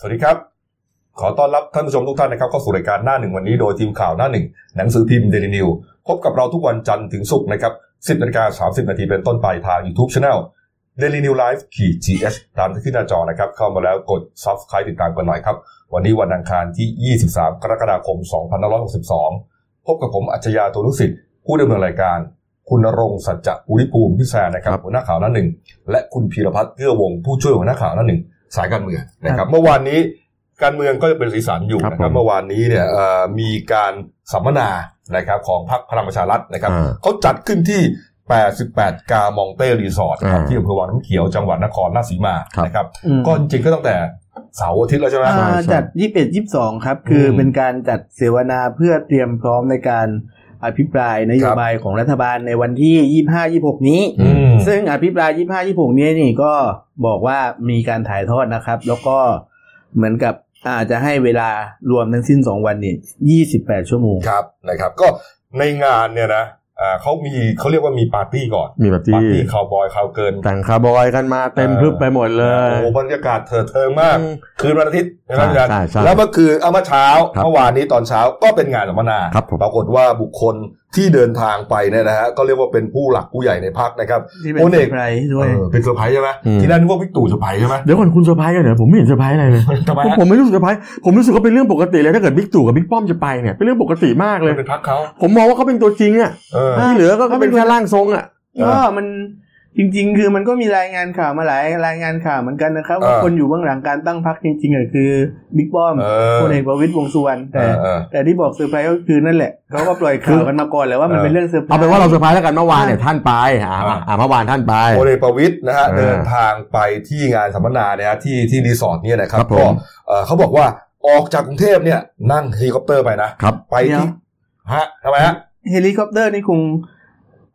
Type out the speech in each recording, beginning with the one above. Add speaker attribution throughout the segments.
Speaker 1: สวัสดีครับ ขอต้อนรับท่านผู้ชมทุกท่านนะครับเข้าสู่รายการหน้าหนึ่งวันนี้โดยทีมข่าวหน้าหนึ่งหนังสือพิมพ์เดลินิวพบกับเราทุกวันจันทร์ถึงศุกร์นะครับ 10นาฬิกา30 นาทีเป็นต้นไปทาง YouTube Channel Daily New Life ขีด GH ตามที่ขึ้นหน้าจอนะครับ เข้ามาแล้วกด Subscribe ติดตามกันหน่อยครับ วันนี้วันอังคารที่ 23 กรกฎาคม 2562 พบกับผมอัจฉริยะตัวลุสิทธิ์ผู้ดำเนินรายการ คุณณรงค์สัจจะภูริภูมิพิแซนนะครับหัวหน้าข่าวหน้าหนึ่งและคุณพีรพัฒน์เกื้อวงศ์ผู้ช่วยหัวหน้าข่าวหน้าหนึ่งสายการเมืองนะครับ เมื่อวานนี้การเมืองก็จะเป็นสีสันอยู่นะค
Speaker 2: ครั
Speaker 1: รับบ
Speaker 2: ผม
Speaker 1: เมื่อวานนี้เนี่ยเอ่อมีการสัมมนานะครับของพรรคพลังประชารัฐนะครับ
Speaker 2: อ่า
Speaker 1: เขาจัดขึ้นที่ 88 กามองเต้รีสอร์ทครับ
Speaker 2: อ่า
Speaker 1: ที่อำเภอวังน้ำเขียวจังหวัดนครราชสีมานะครับ
Speaker 3: อืม
Speaker 1: ก็จริงๆก็ตั้งแต่เสาร์อาทิตย์แล้วใช่ไหม
Speaker 3: อ่า
Speaker 2: ใช่
Speaker 3: จัดยี่สิบเอ็ดยี่สิบสองครับ คืออ
Speaker 1: ม
Speaker 3: เป็นการจัดเสวนาเพื่อเตรียมพร้อมในการอภิปรายนโยบายของรัฐบาลในวันที่ยี่ห้ายี่หกนี้
Speaker 1: อืม
Speaker 3: ซึ่งอภิปรายยี่ห้ายี่หกนี้นี่ก็บอกว่ามีการถ่ายทอดนะครับ แล้วก็เหมือนกับอาจจะให้เวลารวมทั้งสิ้นสองวันนี่ยี่สิบแปดชั่วโมง
Speaker 1: ครับนะครับ ก็ในงานเนี่ยนะอ่าเขามีเขาเรียกว่ามีปาร์ตี้ก่อน
Speaker 2: มีแบบ
Speaker 1: ปา
Speaker 2: ที่
Speaker 1: ร์ตี้คาวบอยคาวเกิน
Speaker 2: แต่งคาร์บอยกันมาเต็ม
Speaker 1: เออ
Speaker 2: พรึบไปหมดเล
Speaker 1: โอ้
Speaker 2: ย
Speaker 1: โหบรรยากาศเถอะเทิงมาก
Speaker 2: อืม
Speaker 1: คืนวันอาทิตย์นะครับอาจา
Speaker 2: ใช่
Speaker 1: รย์
Speaker 2: ใช่ใช่
Speaker 1: แล้วก็คือเอามาเช้า
Speaker 2: ครับ
Speaker 1: เมื่อวานนี้ตอนเช้าก็เป็นงานสัมมนา
Speaker 2: ครับผม
Speaker 1: ปรากฏว่าบุคคลที่เดินทางไปเนี่ยนะฮะก็เรียกว่าเป็นผู้หลักผู้ใหญ่ในพักนะครับ
Speaker 3: ที่เป็น
Speaker 1: โอ้เด็ก
Speaker 3: เซอร์ไพรส์ด้วย
Speaker 1: เออเป็นเซอร์ไพรส์ใช่ไหม
Speaker 2: อืม
Speaker 1: ที่นั่นนึกว่าพี่ตู่เซอร์ไพรส์ใช่ไหม
Speaker 2: เดี๋ยวก่อนคุณเซอร์ไพรส์กันเหรอผมไม่เห็นเซอร์ไพรส์อะไรเลย
Speaker 1: ทำไม
Speaker 2: ผม
Speaker 1: ฮะ
Speaker 2: ผมไม่รู้สึกเซอร์ไพรส์ผมรู้สึกว่าเป็นเรื่องปกติเลยถ้าเกิดบิ๊กตู่กับบิ๊กป้อมจะไปเนี่ยเป็นเรื่องปกติมากเลย
Speaker 1: เป็นพักเขา
Speaker 2: ผมมองว่าเขาเป็นตัวจริงอ่ะ
Speaker 1: เออ
Speaker 3: อ่า
Speaker 2: ที่เหลือก็ก็เป็นแค่ร่างทรงอ่ะ
Speaker 3: ก็มันจริง ๆ คือมันก็มีรายงานข่าวมาหลายรายงานข่าวเหมือนกันนะครับว่า
Speaker 1: เออ
Speaker 3: คนอยู่เบื้องหลังการตั้งพักจริงๆอะคือบิ๊กป้อม
Speaker 1: เออ
Speaker 3: พลเอกประวิตยวงษ์สุวรรณ
Speaker 1: เอ
Speaker 3: แต่
Speaker 1: อเออ
Speaker 3: แต่ที่บอกเซอร์ไพรส์ก็คือนั่นแหละเขาก็ปล่อยข่าวกันมาก่อนแหล้วว่ามัน
Speaker 1: เออ
Speaker 3: เป็นเรื่องเซอร์ไพรส์
Speaker 2: เอาเป็นว่าเราเซอร์ไพรส์แล้วกันเมื่อวานเนี่ยท่านไปอ่า
Speaker 1: อ่า
Speaker 2: อ่าเมื่อวานท่านไป
Speaker 1: พลเอกประวิตยนะฮะ
Speaker 2: อ่า
Speaker 1: เดินทางไปที่งานสัมมนาเนี่ยฮะที่ที่รีสอร์ทเนี่ยนะครับ
Speaker 2: ครับผม
Speaker 1: ก็เอ่อเขาบอกว่าออกจากกรุงเทพเนี่ยนั่งเฮลิคอปเตอร์ไปนะครับ ไปที่ฮะทำไมฮะ
Speaker 3: เฮลิคอปเตอร์นี่คง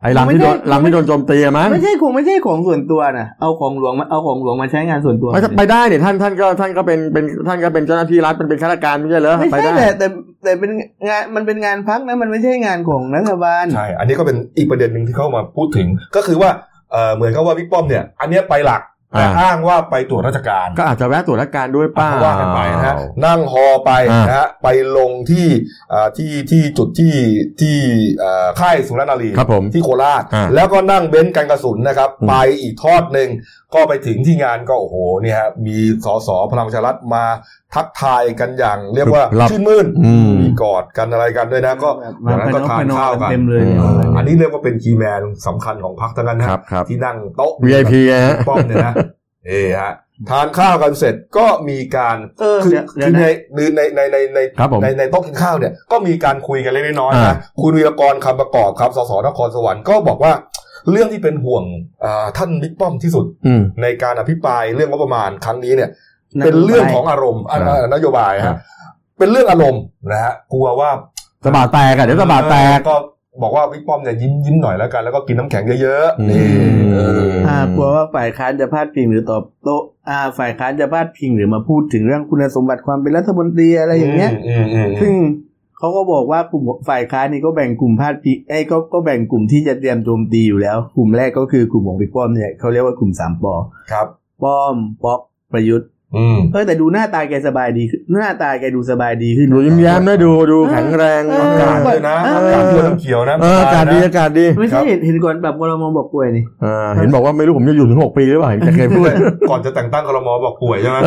Speaker 2: ไอ้ลำที่โดน
Speaker 3: ไม่ได้
Speaker 2: ลำที่โดนโจมตีอะมั้ง
Speaker 3: ไม่ใช่คงไม่ใช่ของส่วนตัวนะเอาของหลวงมาเอาของหลวงมาใช้งานส่วนตัว
Speaker 2: ไม่ใช่ไปได้เนี่ยท่านท่านก็ท่านก็เป็นเป็นท่านก็เป็นเจ้าหน้าที่รัฐเป็นเป็นข้าราชการไม่ใช่เหรอ
Speaker 3: ไม่
Speaker 2: ไป
Speaker 3: ใช่
Speaker 2: ได้
Speaker 3: แต่แต่แต่เป็นงานมันเป็นงานพักนะมันไม่ใช่งานของรัฐบาล
Speaker 1: ใช่ อันนี้ก็เป็นอีกประเด็นหนึ่งที่เข้ามาพูดถึง ก็คือว่าเอ่อเหมือนกับว่าพี่ป้อมเนี่ย อันเนี้ยไปหลักแต่
Speaker 2: อ่า
Speaker 1: อ้างว่าไปตรวจราชการ
Speaker 2: ก็อาจจะแวะตรวจราชการด้วยเป้า
Speaker 1: ก็ว่ากันไปนะฮะนั่งฮอไป
Speaker 2: อ่าน
Speaker 1: นะฮะไปลงที่เอ่อที่ที่จุดที่ที่เอ่อค่ายสุรนารี
Speaker 2: ครับผม
Speaker 1: ที่โคราช
Speaker 2: อ่า
Speaker 1: แล้วก็นั่งเบนซ์กันกระสุนนะครับ
Speaker 2: อืม
Speaker 1: ไปอีกทอดหนึ่งก็ไปถึงที่งานก็โอ้โหเนี่ยฮะมีสสพลังประชารัฐมาทักทายกันอย่าง เรียกว่าชื่นมื่น
Speaker 2: อืม
Speaker 1: มีกอดกันอะไรกันด้วยนะก็
Speaker 3: มา
Speaker 1: จากนั้นก็
Speaker 3: พนม
Speaker 1: ทานข้าว
Speaker 3: พนม
Speaker 1: กั
Speaker 3: กั
Speaker 1: น
Speaker 3: นเต็มเลย
Speaker 2: อืม
Speaker 1: อันนี้เรียกว่าเป็นคีย์แมนสำคัญของพรรคทั้งนั้นนะครับ
Speaker 2: ครับ
Speaker 1: ที่นั่งโต๊ะ
Speaker 2: VIP ฮะ
Speaker 1: ป้อมเนี่ย นะเออฮะทานข้าวกันเสร็จก็มีการ
Speaker 3: เออ
Speaker 1: คือ
Speaker 3: เดี๋ยวเดี๋ยว
Speaker 1: คือในคือ
Speaker 3: นะ
Speaker 1: ในในในใน
Speaker 2: ครับผม
Speaker 1: ในในโต๊ะกินข้าวเนี่ยก็มีการคุยกันเล็กน้อยๆ
Speaker 2: อ่า
Speaker 1: นะคุณวีรกรคำประกอบครับสสนครสวรรค์ก็บอกว่า เรื่องที่เป็นห่วงอ่าท่านบิ๊กป้อมที่สุด
Speaker 2: อืม
Speaker 1: ในการอภิปรายเรื่องงบประมาณครั้งนี้เนี่ย เป็นเรื่องของอารมณ์อ่ะ
Speaker 2: อ่า
Speaker 1: อ่ะนโยบายฮะ
Speaker 2: อ่า
Speaker 1: เป็นเรื่องอารมณ์นะฮะกลัวว่า
Speaker 2: ตะบาแตกอะเดี๋ยวตะบาแตก
Speaker 1: เออก็บอกว่าวิกป้อมเนี่ยยิ้มยิ้มหน่อยแล้วกันแล้วก็กินน้ำแข็งเยอะ
Speaker 2: อื
Speaker 1: ๆ
Speaker 2: ม
Speaker 1: นี่เออ
Speaker 3: อ่ากลัวว่าฝ่ายค้านจะพาดพิงหรือตอบโต้อ่าฝ่ายค้านจะพาดพิงหรือมาพูดถึงเรื่องคุณสมบัติความเป็นรัฐมนตรีอะไรอย่างเงี้ย
Speaker 1: มอืมอืม
Speaker 3: ซึ่งเขาก็บอกว่ากลุ่มฝ่ายค้านนี่ก็แบ่งกลุ่มพาดพิงไอ้ยก็ก็แบ่งกลุ่มที่จะเตรียมโจมตีอยู่แล้ว กลุ่มแรกก็คือกลุ่มของบิ๊กป้อมเนี่ยเขาเรียกว่ากลุ่มสามปอ
Speaker 1: ครับ
Speaker 3: ป้อมป๊อกประยุทธ์
Speaker 1: อืม
Speaker 3: เออแต่ดูหน้าตาแกสบายดีขึ้นหน้าตาแกดูสบายดีขึ้น
Speaker 2: ดูยิ้มแย้มนะดูดูแข็งแรง
Speaker 3: เออ
Speaker 1: อากาศด้วยนะ
Speaker 3: เออ
Speaker 1: อากาศด้วยน้ำเขียวนะ
Speaker 2: เอออากาศดี
Speaker 1: นะ
Speaker 2: อากาศดี
Speaker 3: ไม่
Speaker 1: ครับ
Speaker 3: ใช่เห็นเห็นก่อนแบบกรมบอกป่วยนี่
Speaker 2: เออเห็นบอกว่าไม่รู้ผมจะอยู่ถึงหกปีหรือเปล่าเห็นแกเคยพูด
Speaker 1: ก่อนจะแต่งตั้งครมบอกป่วยใช่ไหม
Speaker 3: เอ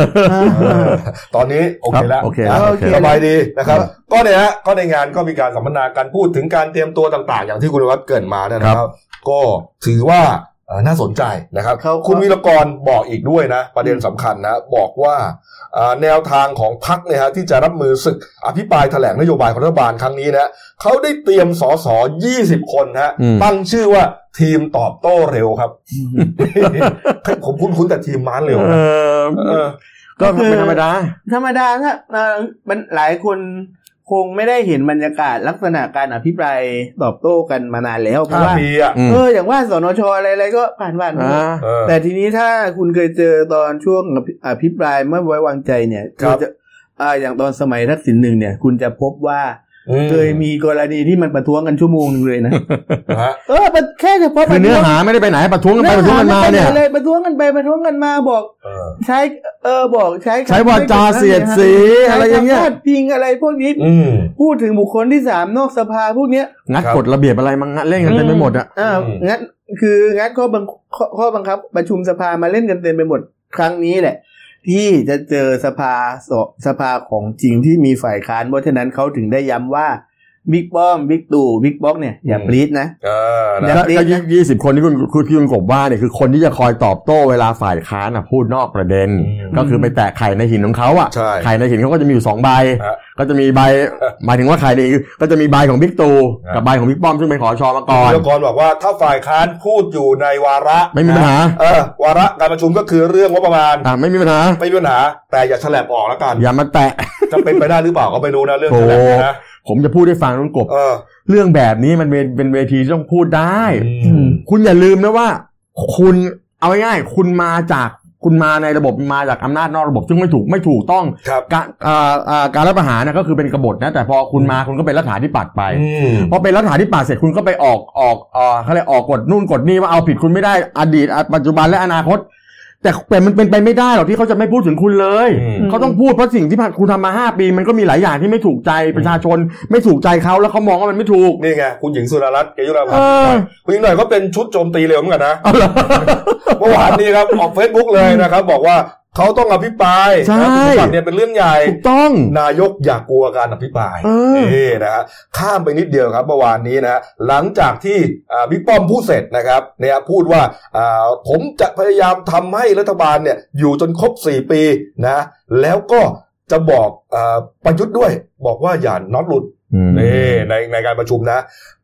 Speaker 1: เอ
Speaker 3: อ
Speaker 1: อตอนนี้โอเคแล้ว
Speaker 2: ครับโอเค
Speaker 1: นะ
Speaker 3: โอเค
Speaker 1: สบายดีนะครับ ก็เนี่ยฮะก็ในงานก็มีการสัมมนาการพูดถึงการเตรียมตัวต่างๆ อย่างที่คุณวัฒน์เกรินมาเนี่ยนะครับ ก็ถือว่าเอ่อน่าสนใจนะครับ
Speaker 3: เขา
Speaker 1: คุณวิรกรบอกอีกด้วยนะ ประเด็นสำคัญนะ บอกว่าอ่าแนวทางของพักเนี่ยฮะที่จะรับมือศึกอภิปรายแถลงนโยบายของรัฐบาลครั้งนี้นะเขาได้เตรียมสอสอ20 คนนะฮะ
Speaker 2: อืม
Speaker 1: ตั้งชื่อว่าทีมตอบโต้เร็วครับ ผมคุ้นๆแต่ทีมม้าเร็ว
Speaker 2: เอ
Speaker 1: นะ
Speaker 2: อ
Speaker 1: เออ
Speaker 2: ก็เป็นธรรมดา
Speaker 3: ธรรมดาถ้าเอ่อมันหลายคนคงไม่ได้เห็นบรรยากาศลักษณะการอภิปรายตอบโต้กันมานานแล้วเพ
Speaker 1: ห้า
Speaker 3: ราะว่า
Speaker 1: ปีอ่ะ
Speaker 2: อืม
Speaker 3: เอออย่างว่าสนชอะไรอะไรก็ผ่านผ่าน
Speaker 2: อ่า
Speaker 1: เออ
Speaker 3: แต่ทีนี้ถ้าคุณเคยเจอตอนช่วงอภิอภิปรายไม่ไว้วางใจเนี่ย
Speaker 1: ครับ
Speaker 3: ณจะอ่าอย่างตอนสมัยทักษิณหนึ่งเนี่ย คุณจะพบว่า
Speaker 1: อื
Speaker 3: เคยมีกรณีที่มันประท้วงกันชั่วโมงหนึ่งเลย นะ
Speaker 1: นะฮะ
Speaker 3: เออมันแค่เฉพาะ
Speaker 2: คือเนื้อหาไม่ได้ไปไหนประท้วงกันไปประท้วงกันมาเนี่ย
Speaker 3: เอหไม่ไปไหเลยประท้วงกันไปประท้วงกันมาบอก
Speaker 1: เออ
Speaker 3: ใช้เออบอกใช้คำ
Speaker 2: ใช้วาจาเสียดสีอะไรอย่างเงี้ย
Speaker 3: ใช้คำพาดพิงอะไรพวกนี้
Speaker 1: อืม
Speaker 3: พูดถึงบุคคลที่สามนอกสภาพวกเนี้ย
Speaker 2: งัด
Speaker 1: ครับ
Speaker 2: กฎระเบียบอะไรมังงะเล่นกันเต็มไปหมดอะ
Speaker 3: อ่า
Speaker 1: อืม
Speaker 3: งั้นคืองั้นข้อบังข้อข้อบังคับ ประชุมสภามาเล่นกันเต็มไปหมดครั้งนี้แหละ ที่จะเจอสภาสสภาของจริงที่มีฝ่ายค้านเพราะฉะนั้นเขาถึงได้ย้ำว่าบิ๊กป้อมบิ๊กตู่บิ๊กบ๊อกเนี่ยอย่าปรีดนะ
Speaker 1: เออ
Speaker 3: แล้
Speaker 1: นะ
Speaker 3: ว
Speaker 2: ก็ยี่สิบคนที่คุณคุณคุณกบว่าเนี่ยคือคนที่จะคอยตอบโต้เวลาฝ่ายค้านอะพูดนอกประเด็น
Speaker 1: อืม
Speaker 2: ก็คือไปแตะไข่ในหินของเขาอะ
Speaker 1: ใช่
Speaker 2: ไข่ในหินเขาก็จะมีอยู่สองใบ
Speaker 1: ฮะ
Speaker 2: ก็จะมีใบหมายถึงว่าไข่ในหินก็จะมีใบของบิ๊กตู่
Speaker 1: ฮะ
Speaker 2: กับใบของบิ๊กป้อมซึ่งเป็นขอชอมาก่อ
Speaker 1: คุ
Speaker 2: น
Speaker 1: ณธีรกรบอกว่าถ้าฝ่ายค้านพูดอยู่ในวาระ
Speaker 2: ไม่มีปัญหา
Speaker 1: เออวาระการประชุมก็คือเรื่องงบประมาณ
Speaker 2: อ่ะไม่มีปัญหา
Speaker 1: ไม่มีปัญหา แต่อย่าแฉลบออกแล้วกัน
Speaker 2: อย่ามาแตะ
Speaker 1: จะเป็นไปได้หรือเปล่าก็ไม่รู้นะเรื่อง
Speaker 2: โอ้
Speaker 1: แฉลบเนี่ยนะ
Speaker 2: ผมจะพูดให้ฟังนุ่นกบ
Speaker 1: เออ
Speaker 2: เรื่องแบบนี้มันเป็นเป็นเวทีที่ต้องพูดได้
Speaker 1: อืม
Speaker 2: คุณอย่าลืมนะว่า คุณเอาง่ายๆคุณมาจากคุณมาในระบบมาจากอำนาจนอกระบบซึ่งไม่ถูกไม่ถูกต้อง
Speaker 1: ครับ
Speaker 2: การอ่าอ่าการรัฐประหารนะก็คือเป็นกบฏนะแต่พอคุณมาคุณก็เป็นรัฐาธิปัตย์ไป
Speaker 1: อืม
Speaker 2: พอเป็นรัฐาธิปัตย์เสร็จคุณก็ไปออกออกเอ่อเขาเรียกออกกฎนู่นกฎนี่ว่าเอาผิดคุณไม่ได้อดีตอ่ะปัจจุบันและอนาคต แต่แต่มันเป็นไปไม่ได้หรอกที่เขาจะไม่พูดถึงคุณเลย
Speaker 1: อืม
Speaker 2: เขาต้องพูดเพราะสิ่งที่ผ่านคุณทำมาห้า5 ปี มันก็มีหลายอย่างที่ไม่ถูกใจประชาชน ไม่ถูกใจเขาแล้วเขามองว่ามันไม่ถูก
Speaker 1: นี่ไงคุณหญิงสุดารัตน์เกยุราพัน
Speaker 2: เอ
Speaker 1: ธ์
Speaker 2: อ
Speaker 1: คุณหญิงหน่อยก็เป็นชุดโจมตีเร็วเหมือนกันนะ
Speaker 2: เอาเหรอ
Speaker 1: เมื่อวานนี้ครับอ อกเฟซบุ๊กเลยนะครับ บอกว่าเขาต้องอภิปราย
Speaker 2: ใช่
Speaker 1: นะคุณสมบัติเนี่ยเป็นเรื่องใหญ่
Speaker 2: ถูกต้อง
Speaker 1: นายกอย่ากลัวการอภิปราย
Speaker 2: เออ
Speaker 1: นี่นะฮะข้ามไปนิดเดียวครับเมื่อวานนี้นะฮะหลังจากที่อ่าบิ๊กป้อมพูดเสร็จนะครับเนี่ยพูดว่าอ่าผมจะพยายามทำให้รัฐบาลเนี่ยอยู่จนครบ 4 ปีนะแล้วก็จะบอกอาประยุทธ์ด้วย บอกว่าอย่าน็อตหลุด นี่ในในการประชุมนะ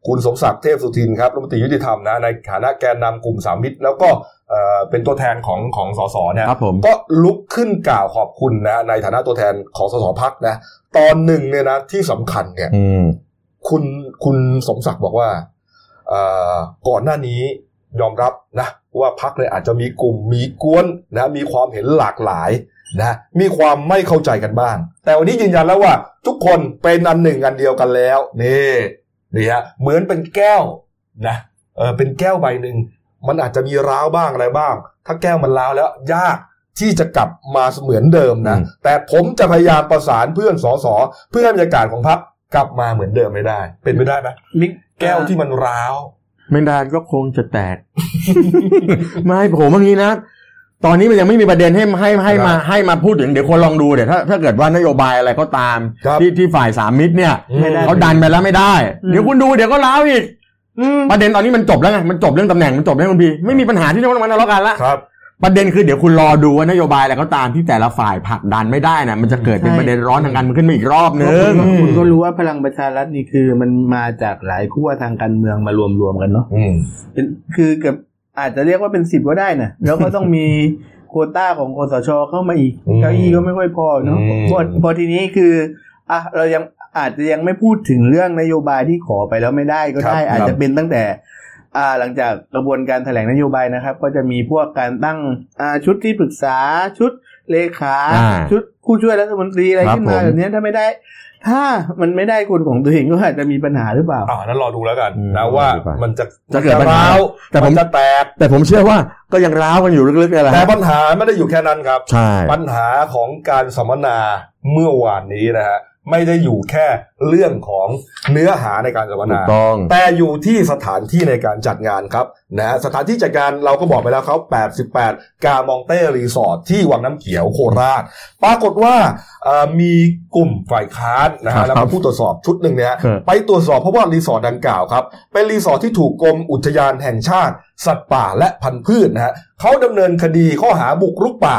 Speaker 1: คุณสมศักดิ์เทพสุทินครับรัฐมนตรียุติธรรมนะในฐานะแกนนำกลุ่มสามมิตร แล้วก็เอ่อเป็นตัวแทนของของสสเนี่ย
Speaker 2: ครับผม
Speaker 1: ก็ลุกขึ้นกล่าวขอบคุณนะในฐานะตัวแทนของสสพักนะตอนหนึ่งเนี่ยนะที่สำคัญเนี่ย
Speaker 2: อืม
Speaker 1: คุณคุณสมศักดิ์บอกว่าเอ่อก่อนหน้านี้ยอมรับนะว่าพักเนี่ยอาจจะมีกลุ่มมีกวนนะมีความเห็นหลากหลายนะมีความไม่เข้าใจกันบ้าง แต่วันนี้ยืนยันแล้วว่า ทุกคนเป็นอันหนึ่งอันเดียวกันแล้วนี่นี่ฮะเหมือนเป็นแก้วนะเออเป็นแก้วใบหนึ่งมันอาจจะมีร้าวบ้างอะไรบ้าง ถ้าแก้วมันร้าวแล้ว ยากที่จะกลับมาเหมือนเดิมนะ
Speaker 2: อืม
Speaker 1: แต่ผมจะพยายามประสานเพื่อนสอสอเพื่อให้บรรยากาศของพรรคกลับมาเหมือนเดิมไม่ได้ เป็นไปได้ไหม
Speaker 3: บิ๊ก
Speaker 1: แก้วที่มันร้าว
Speaker 2: ไม่นานก็คงจะแตก ไม่ผมว่างี้นะ ตอนนี้มันยังไม่มีประเด็นให้ให้ให้มาให้มาพูดถึงเดี๋ยวคนลองดูเดี๋ยวถ้าถ้าเกิดว่านโยบายอะไรก็ตาม
Speaker 1: ครับ
Speaker 2: ที่ที่ฝ่ายสามมิตรเนี่ย
Speaker 3: ไม่ได้
Speaker 2: เขาดันไปแล้วไม่ได้
Speaker 3: อืม
Speaker 2: เดี๋ยวคุณดูเดี๋ยวก็ล้าวอีกประเด็นตอนนี้มันจบแล้วไงมันจบเรื่องตำแหน่งมันจบเรื่องคุณพีไม่มีปัญหาที่จะต้องมาทะเลาะกันละ
Speaker 1: ครับ
Speaker 2: ประเด็นคือเดี๋ยวคุณรอดูว่านโยบายอะไรก็ตามที่แต่ละฝ่ายผลักดันไม่ได้นะมันจะเกิดเป็นประเด็นร้อนทางการเมืองขึ้นมาอีกรอบนึง
Speaker 3: คุณคุณก็รู้ว่าพลังประชารัฐนี่คือมันมาจากหลายขั้วทางการเมืองมารวมรวมๆกันเนาะ
Speaker 1: อืม
Speaker 3: เป็นคือเกับอาจจะเรียกว่าเป็นสิบก็ได้นะแล้วก็ต้องมีโควต้าของคสชเข้ามาอีก
Speaker 1: อืม
Speaker 3: เก้าอี้ก็ไม่ค่อยพอเนาะ
Speaker 1: อืม
Speaker 3: พอพอทีนี้คืออ่ะเรายังอาจจะยังไม่พูดถึงเรื่องนโยบายที่ขอไปแล้วไม่ได้ก็ได้ อาจจะเป็นตั้งแต่ อ่าหลังจากกระบวนการแถลงนโยบายนะครับ ก็จะมีพวกการตั้งอ่าชุดที่ปรึกษาชุดเลขา
Speaker 2: อ่า
Speaker 3: ชุดผู้ช่วยรัฐมนตรีอะไร
Speaker 2: ครับ
Speaker 3: ขึ้นมา
Speaker 2: ผม
Speaker 3: แบบเนี้ยถ้าไม่ได้ ถ้ามันไม่ได้คนของตัวเองก็อาจจะมีปัญหาหรือเปล่า
Speaker 1: อ่านั้นรอดูแล้วกัน
Speaker 2: อืม
Speaker 1: นะว่า
Speaker 2: ดูไป
Speaker 1: มันจะ
Speaker 2: จะเกิดปัญหา
Speaker 1: ร้ว
Speaker 2: แต่ผม
Speaker 1: นจะแตก
Speaker 2: แต่ผมเชื่อว่าก็ยังร้าวกันอยู่ลึกๆนี่แหละ
Speaker 1: แต่
Speaker 2: ฮะ
Speaker 1: ปัญหาไม่ได้อยู่แค่นั้นครับ
Speaker 2: ใช่
Speaker 1: ปัญหาของการสัมมนาเมื่อวานนี้นะฮะไม่ได้อยู่แค่เรื่องของเนื้อหาในการสัมม
Speaker 2: ถู
Speaker 1: นา
Speaker 2: กต้อง
Speaker 1: แต่อยู่ที่สถานที่ในการจัดงานครับนะฮะสถานที่จัดงานเราก็บอกไปแล้วครับ 88 กามองเต้รีสอร์ทที่วังน้ำเขียวโคราช ปรากฏว่าเอ่อมีกลุ่มฝ่ายค้านนะ
Speaker 2: ครั
Speaker 1: ฮะ
Speaker 2: บ
Speaker 1: แล้วก็ผู้ตรวจสอบชุดหนึ่งเนี่ยฮะ
Speaker 2: ครับ
Speaker 1: ไปตรวจสอบเพราะว่ารีสอร์ทดังกล่าวครับ เป็นรีสอร์ทที่ถูกกรมอุทยานแห่งชาติ สัตว์ป่าและพันธุ์พืชนะฮะเขาดำเนินคดีข้อหาบุกรุกป่า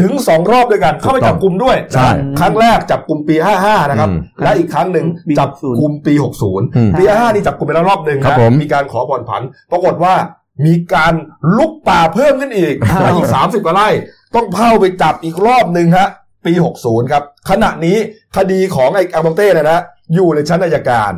Speaker 1: ถึงสองรอบด้วยกัน เข้าไปจับกลุ่มด้วย
Speaker 2: ใช่
Speaker 1: ครั้งแรกจับกลุ่มปี 55 นะครับ
Speaker 2: อืม
Speaker 1: และอีกครั้งหนึ่ง
Speaker 3: ปี
Speaker 1: จับ
Speaker 3: 60
Speaker 1: กลุ่มปี 60
Speaker 2: อืม
Speaker 1: ปีห้านี่จับกลุ่มไปแล้วรอบหนึ่ง
Speaker 2: ครับ
Speaker 1: นะ
Speaker 2: ผม
Speaker 1: การขอผ่อนผัน ปรากฏว่ามีการลุกป่าเพิ่มขึ้นอีก
Speaker 2: อ้าว
Speaker 1: อีกสามสิบกว่าไร่ ต้องเผาไปจับอีกรอบหนึ่งฮะ ปี 60 ครับ ขณะนี้คดีของไอ้อังบองเต้เนี่ยนะอยู่ในชั้นอายการ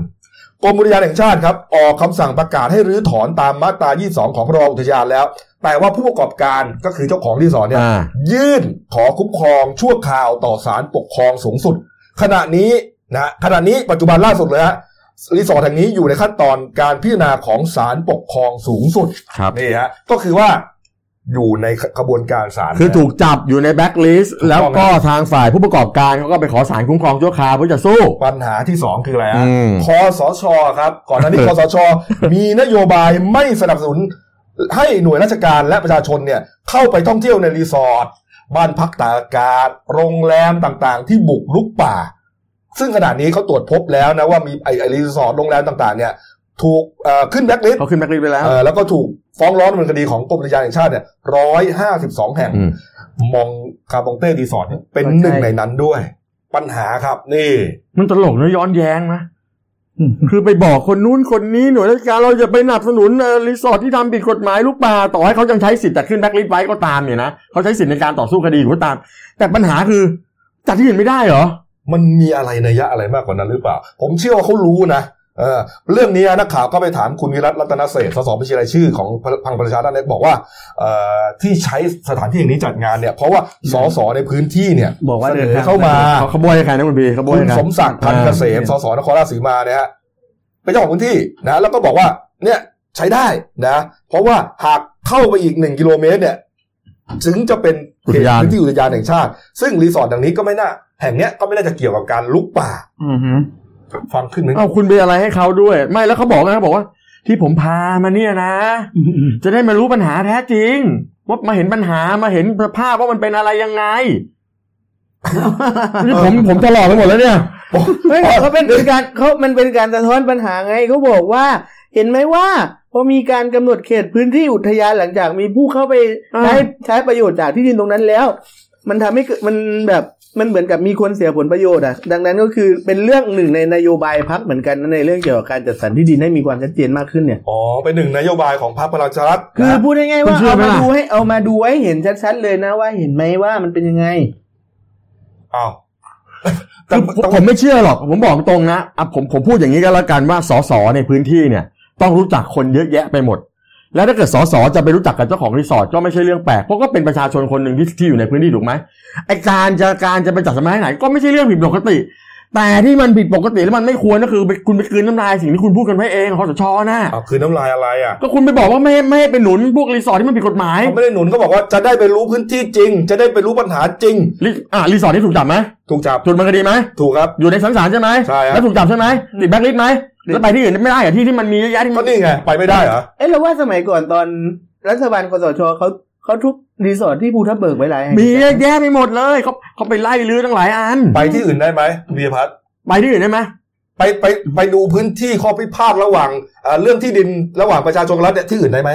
Speaker 1: กรมอุทยานแห่งชาติครับ ออกคำสั่งประกาศให้รื้อถอนตามมาตรา 22 ของรองอุทยานแล้ว แต่ว่าผู้ประกอบการก็คือเจ้าของรีสอร์ทเนี่ย
Speaker 2: อ่า
Speaker 1: ยื่นขอคุ้มครองชั่วคราวต่อศาลปกครองสูงสุด ขณะนี้ นะฮะขณะนี้ปัจจุบันล่าสุดเลยฮะรีสอร์ทแห่งนี้อยู่ในขั้นตอนการพิจารณาของศาลปกครองสูงสุด
Speaker 2: ครับ
Speaker 1: นี่ฮะก็คือว่าอยู่ในกระบวนการศาล
Speaker 2: คือถูกจับอยู่ในแบ็คลิสต์
Speaker 1: ถูกต้อง
Speaker 2: แล้วก็ทางฝ่ายผู้ประกอบการเขาก็ไปขอสารคุ้มครองชั่วคราวเพื่อจะสู้
Speaker 1: ปัญหาที่สองคืออะไรฮะ
Speaker 2: อืม
Speaker 1: คอสชครับ ก่อนหน้า นี้ คอสช มีนโยบายไม่สนับสนุน ให้หน่วยราชการและประชาชนเนี่ยเข้าไปท่องเที่ยวในรีสอร์ทบ้านพักตากอากาศ โรงแรมต่างๆ ที่บุกรุกป่า ซึ่งขณะนี้เขาตรวจพบแล้วนะว่ามีไอ้ไอ้รีสอร์ทโรงแรมต่างๆ เนี่ยถูกเอ่อขึ้นแบล็คลิสต์
Speaker 2: เขาขึ้นแบ็คลิสต์ไปแล้ว
Speaker 1: เออแล้วก็ถูกฟ้องร้องดำเนินคดีของกรมอุทยานแห่งชาติเนี่ยร้อยห้าสิบสองแห่ง
Speaker 2: อืม
Speaker 1: มองคาบองเต้รีสอร์ทเนี่ยเป็น
Speaker 3: ใช่
Speaker 1: หนึ่งในนั้นด้วย ปัญหาครับนี่
Speaker 2: มันตลกนะย้อนแย้งนะ คือไปบอกคนนู้นคนนี้หน่วยราชการเราจะไปสนับสนุนเอ่อรีสอร์ทที่ทำผิดกฎหมายลูกป่าต่อให้เขายังใช้สิทธิ์แต่ขึ้นแบ็คลิสต์ไว้ก็ตามเนี่ยนะเขาใช้สิทธิ์ในการต่อสู้คดีอยู่ก็ตาม แต่ปัญหาคือจัดที่อื่นไม่ได้เหรอ
Speaker 1: มันมีอะไรในยยะอะไรมากกว่านั้นหรือเปล่า ผมเชื่อว่าเขารู้นะเออเรื่องนี้นักข่าวก็ไปถามคุณวิรัตรัตนเศรษฐ์สสบัญชีรายชื่อของพังประชาชนเนี่ยบอกว่าเอ่อที่ใช้สถานที่อย่างนี้จัดงานเนี่ยเพราะว่าสสในพื้นที่เนี่ย
Speaker 3: บอกว่า
Speaker 1: เส
Speaker 3: เดิ
Speaker 1: น
Speaker 3: น
Speaker 1: อ
Speaker 3: ทาง
Speaker 1: เข้ามา
Speaker 2: เขาขบวยใครนะคุณบีขบวย
Speaker 1: คุณ
Speaker 2: ใคร
Speaker 1: สมศักดิ์พันธ์เกษม
Speaker 3: อ่า
Speaker 1: สสนครราชสีมาเนี่ยฮะเป็นเจ้าของพื้นที่นะแล้วก็บอกว่า เนี่ยใช้ได้นะ เพราะว่าหากเข้าไปอีกหนึ่งกิโลเมตร เนี่ย ถึงจะเป็นเขต
Speaker 2: อุทยาน
Speaker 1: พื้นที่อุทยานแห่งชาติ ซึ่งรีสอร์ทดังนี้ก็ไม่น่า แห่งเนี้ยก็ไม่น่าจะเกี่ยวกับการลุกป่า ฟังขึ้นไหม
Speaker 2: เอาคุณไปอะไรให้เขาด้วย ไม่แล้วเขาบอกนะเขาบอกว่า ที่ผมพามาเนี่ยนะ จะได้มารู้ปัญหาแท้จริงว่ามาเห็นปัญหามาเห็นสภาพว่ามันเป็นอะไรยังไงนี่ ผมผมตลอดไปหมดแล้วเนี่ย
Speaker 3: ไม่เขาเป็นเป็นการเขามันเป็นการสะท้อนปัญหาไงเขาบอกว่า เห็นไหมว่าพอมีการกำหนดเขตพื้นที่อุทยานหลังจากมีผู้เข้าไป
Speaker 2: อ่า
Speaker 3: ใช้ใช้ประโยชน์จากที่ดินตรงนั้นแล้ว มันทำให้เกิดมันแบบมันเหมือนกับมีคนเสียผลประโยชน์อ่ะ ดังนั้นก็คือเป็นเรื่องหนึ่งในนโยบายพักเหมือนกันนะในเรื่องเกี่ยวกับการจัดสรรที่ดินให้มีความชัดเจนมากขึ้นเนี่ย
Speaker 1: อ๋อเป็นหนึ่งนโยบายของพรรคพลังประชารัฐ
Speaker 3: คือพูดง่ายๆ
Speaker 2: คุณ
Speaker 3: ว่า
Speaker 2: เชื่อ
Speaker 3: เอา
Speaker 2: ไหม
Speaker 3: มา
Speaker 2: ล่ะ
Speaker 3: ดูให้เอามาดูให้เห็นชัดๆเลยนะว่าเห็นไหมว่ามันเป็นยังไง
Speaker 1: อ้าวแต่
Speaker 2: คือ
Speaker 1: แต่
Speaker 2: ผมไม่เชื่อหรอก ผมบอกตรงนะอ่ะผมผมพูดอย่างนี้ก็แล้วกันว่าสสในพื้นที่เนี่ย ต้องรู้จักคนเยอะแยะไปหมด แล้วถ้าเกิดสสจะไปรู้จักกับเจ้าของรีสอร์ทก็ไม่ใช่เรื่องแปลกเพราะก็เป็นประชาชนคนหนึ่งที่ที่อยู่ในพื้นที่ถูกไหมไอการจะการจะไปจัดสมัยไหน ก็ไม่ใช่เรื่องผิดปกติ แต่ที่มันผิดปกติแล้วมันไม่ควรก็คือไปคุณไปกลืนน้ำลายสิ่งที่คุณพูดกันไว้เองคอสชน่ะ
Speaker 1: อ้าวคือน้ำลายอะไรอ่ะ
Speaker 2: ก็คุณไปบอกว่าไม่ให้ไม่ให้ไปหนุนพวกรีสอร์ทที่มันผิดกฎหมาย
Speaker 1: เขาไม่ได้หนุนก็บอกว่าจะได้ไปรู้พื้นที่จริง จะได้ไปรู้ปัญหาจริง
Speaker 2: รีอ่ะรีสอร์ทที่ถูกจับไหม
Speaker 1: ถูกจับ
Speaker 2: ถูกมันคดีไหม
Speaker 1: ถูกครับ
Speaker 2: อยู่ในสังสารใช่ไหม
Speaker 1: ใช่ครับ
Speaker 2: แล้วถูกจับใช่ไหมติดแบ็คลิสต์ไหมแล้วไปที่อื่นไม่ได้เหรอที่ที่มันมีเยอะแยะที่มั
Speaker 1: ก็
Speaker 2: น
Speaker 1: นี่ไงไปไม่ได้เหรอ
Speaker 3: เอ้เราว่าสมัยก่อนตอนรัฐบาลคสชเขาเขาทุบรีสอร์ทที่ภูทับเบิกไว้หลายแห่ง
Speaker 2: มีเยอะแยะไปหมดเลยเขาเขาไปไล่รื้อตั้งหลายอัน
Speaker 1: ไปที่อื่นได้ไหมคุณพีรพัฒน์
Speaker 2: ไปที่อื่นได้ไหม
Speaker 1: ไปไปไปดูพื้นที่ข้อพิพาทระหว่างเอ่อเรื่องที่ดินระหว่างประชาชนกับรัฐเนี่ยที่อื่นได้ไหม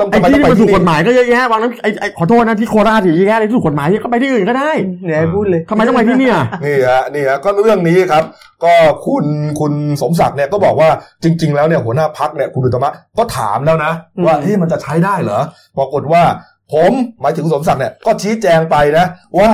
Speaker 1: ต้อง
Speaker 2: ไอ้
Speaker 1: ทำไม
Speaker 2: ที่
Speaker 1: ต้องไป
Speaker 2: ที่มันถู
Speaker 1: ที่
Speaker 2: ก
Speaker 1: นี่
Speaker 2: กฎหมายก็เยอะแยะวางน้ำไอ้ไอ้ขอโทษนะที่โคราชถึงเยอะแยะเลยที่ถูกกฎหมายก็ไปที่อื่นก็ได้
Speaker 3: เนี่ยให้พูดเลย
Speaker 2: ทำไมต้องไปที่เนี่ย
Speaker 1: นี่ฮะนี่ฮะก็เรื่องนี้ครับ ก็คุณคุณสมศักดิ์เนี่ยก็บอกว่าจริง ๆ แล้วเนี่ยหัวหน้าพักเนี่ยคุณอุตมะก็ถามแล้วนะ ว่าเฮ้ยมันจะใช้ได้เหรอปรากฏว่า ผมหมายถึงสมศักดิ์เนี่ยก็ชี้แจงไปนะ ว่า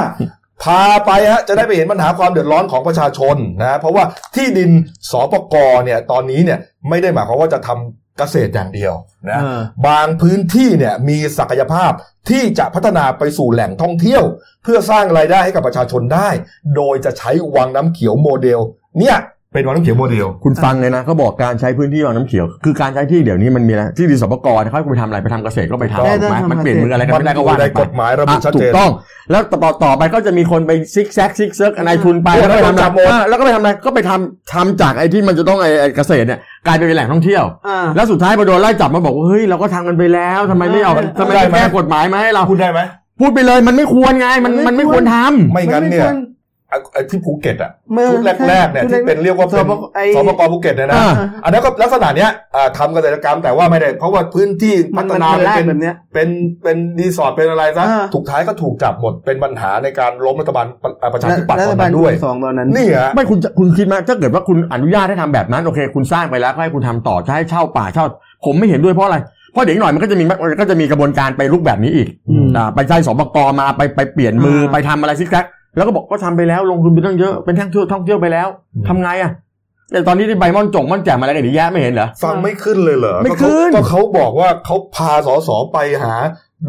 Speaker 1: พาไปฮะจะได้ไปเห็นปัญหาความเดือดร้อนของประชาชนนะเพราะว่าที่ดินสปกเนี่ยตอนนี้เนี่ยไม่ได้หมายความว่าจะทำเกษตรอย่างเดียวนะ
Speaker 3: เออบ
Speaker 1: างพื้นที่เนี่ยมีศักยภาพที่จะพัฒนาไปสู่แหล่งท่องเที่ยว เพื่อสร้างรายได้ให้กับประชาชนได้ โดยจะใช้วังน้ำเขียวโมเดล เนี่ยเป็นวังน้ำเขียวโมเดล
Speaker 2: คุณฟังเลยนะเขาบอกการใช้พื้นที่วางน้ำเขียว คือการใช้ที่เดี๋ยวนี้มันมีนะที่ดินสปกรเขาให้คุณไปทำอะไรไปทำเกษตรก็ไปทำ
Speaker 1: ได้
Speaker 2: ถูกไหมมันเปลี่ยนมืออะไรกัน
Speaker 1: มั
Speaker 2: ไม่ได้
Speaker 1: อ
Speaker 2: ก็
Speaker 1: ยู่
Speaker 2: ว่า
Speaker 1: ใน
Speaker 2: กันไป
Speaker 1: กฎหมายระบุ
Speaker 2: อ่ะ
Speaker 1: ชัด
Speaker 2: ถู
Speaker 1: เจ
Speaker 2: ก
Speaker 1: น
Speaker 2: ต้องแล้วต่อต่อไปก็จะมีคนไปซิกแซกซิกเซิกนายทุนไป
Speaker 1: พว
Speaker 2: แล้
Speaker 1: ก
Speaker 2: วก็ไปทำอะไร
Speaker 1: จับหมด
Speaker 2: อ่ะแล้วก็ไปทำอะไรก็ไปทำทำจากไอ้ที่มันจะต้องไอ้ไอ้เกษตรเนี่ยกลายไปเป็นแหล่งท่องเที่ยว
Speaker 3: อ่า
Speaker 2: แล้วสุดท้ายพอโดนไล่จับมาบอกว่าเฮ้ยเราก็ทำกันไปแล้วทำไมไม่เอา
Speaker 3: เออ
Speaker 2: ทำไมไม่แก้กฎหมายมาให้เรา
Speaker 1: คุณได้ไหม
Speaker 2: พูดไปเลยมันไม่ควรไงมันมันไม่ควรทำ
Speaker 1: ไม่งั้นเนี่ย
Speaker 3: มัไม่ควร
Speaker 1: ไอ้ไอ้ที่ภูเก็ตอ่ะ
Speaker 3: ไม่
Speaker 1: ชุดแรกๆเนี่ย
Speaker 3: ชุดแรก
Speaker 1: ที่เป็นเรียกว่าเป็น
Speaker 3: สปกไอ้
Speaker 1: สปกภูเก็ตเนี่ยนะ
Speaker 2: อ่า
Speaker 1: อันนั้นก็ลักษณะเนี้ยอ่าทำเกษตรกรรมแต่ว่าไม่ได้เพราะว่าพื้นที่
Speaker 3: มั
Speaker 1: พั
Speaker 3: น
Speaker 1: ฒ
Speaker 3: มัน
Speaker 1: นา
Speaker 3: เป็นแรก
Speaker 1: เป็น
Speaker 3: แบบเนี้ย
Speaker 1: เป็นเป็นรีสอร์ทเป็นอะไรซะ
Speaker 3: อ่า
Speaker 1: ถูกท้ายก็ถูกจับหมดเป็นปัญหาในการล้มรัฐบาลปะอ่าประชาธิปัตย์
Speaker 3: รั
Speaker 1: ต
Speaker 3: ฐ
Speaker 1: อน
Speaker 3: บาล
Speaker 1: นั้นด้วย
Speaker 3: สองตอนนั้น
Speaker 1: นี่ฮะ
Speaker 2: ไม่คุณจะคุณคิดไหมถ้าเกิดว่าคุณอนุญาตให้ทำแบบนั้นโอเค คุณสร้างไปแล้วก็ให้คุณทำต่อจะให้เช่าป่าเช่า ผมไม่เห็นด้วยเพราะอะไรเพราะเดี๋ยวอีกหน่อยมันก็จะมีมันก็จะมีกระบวนการไปรูปแบบนี้อีก
Speaker 3: อืม
Speaker 2: อ่าไปใช้สปกมาไปไปเปลี่ยนมืออา ไปทำอะไรซิกแซกแล้วก็บอกก็ทำไปแล้วลงทุนไปตั้งเยอะเป็นท่องเที่ยวท่องเที่ยวไปแล้ว
Speaker 1: อืม
Speaker 2: ทำไงอ่ะแต่ตอนนี้ที่ใบม่อนจงม่อนแจ่มอะไรกันเยอะแยะไม่เห็นเหรอ
Speaker 1: ฟังไม่ขึ้นเลยเหรอ
Speaker 2: ไม่ขึ้น
Speaker 1: ก็เขาก็เขาบอกว่าเขาพาสสไปหา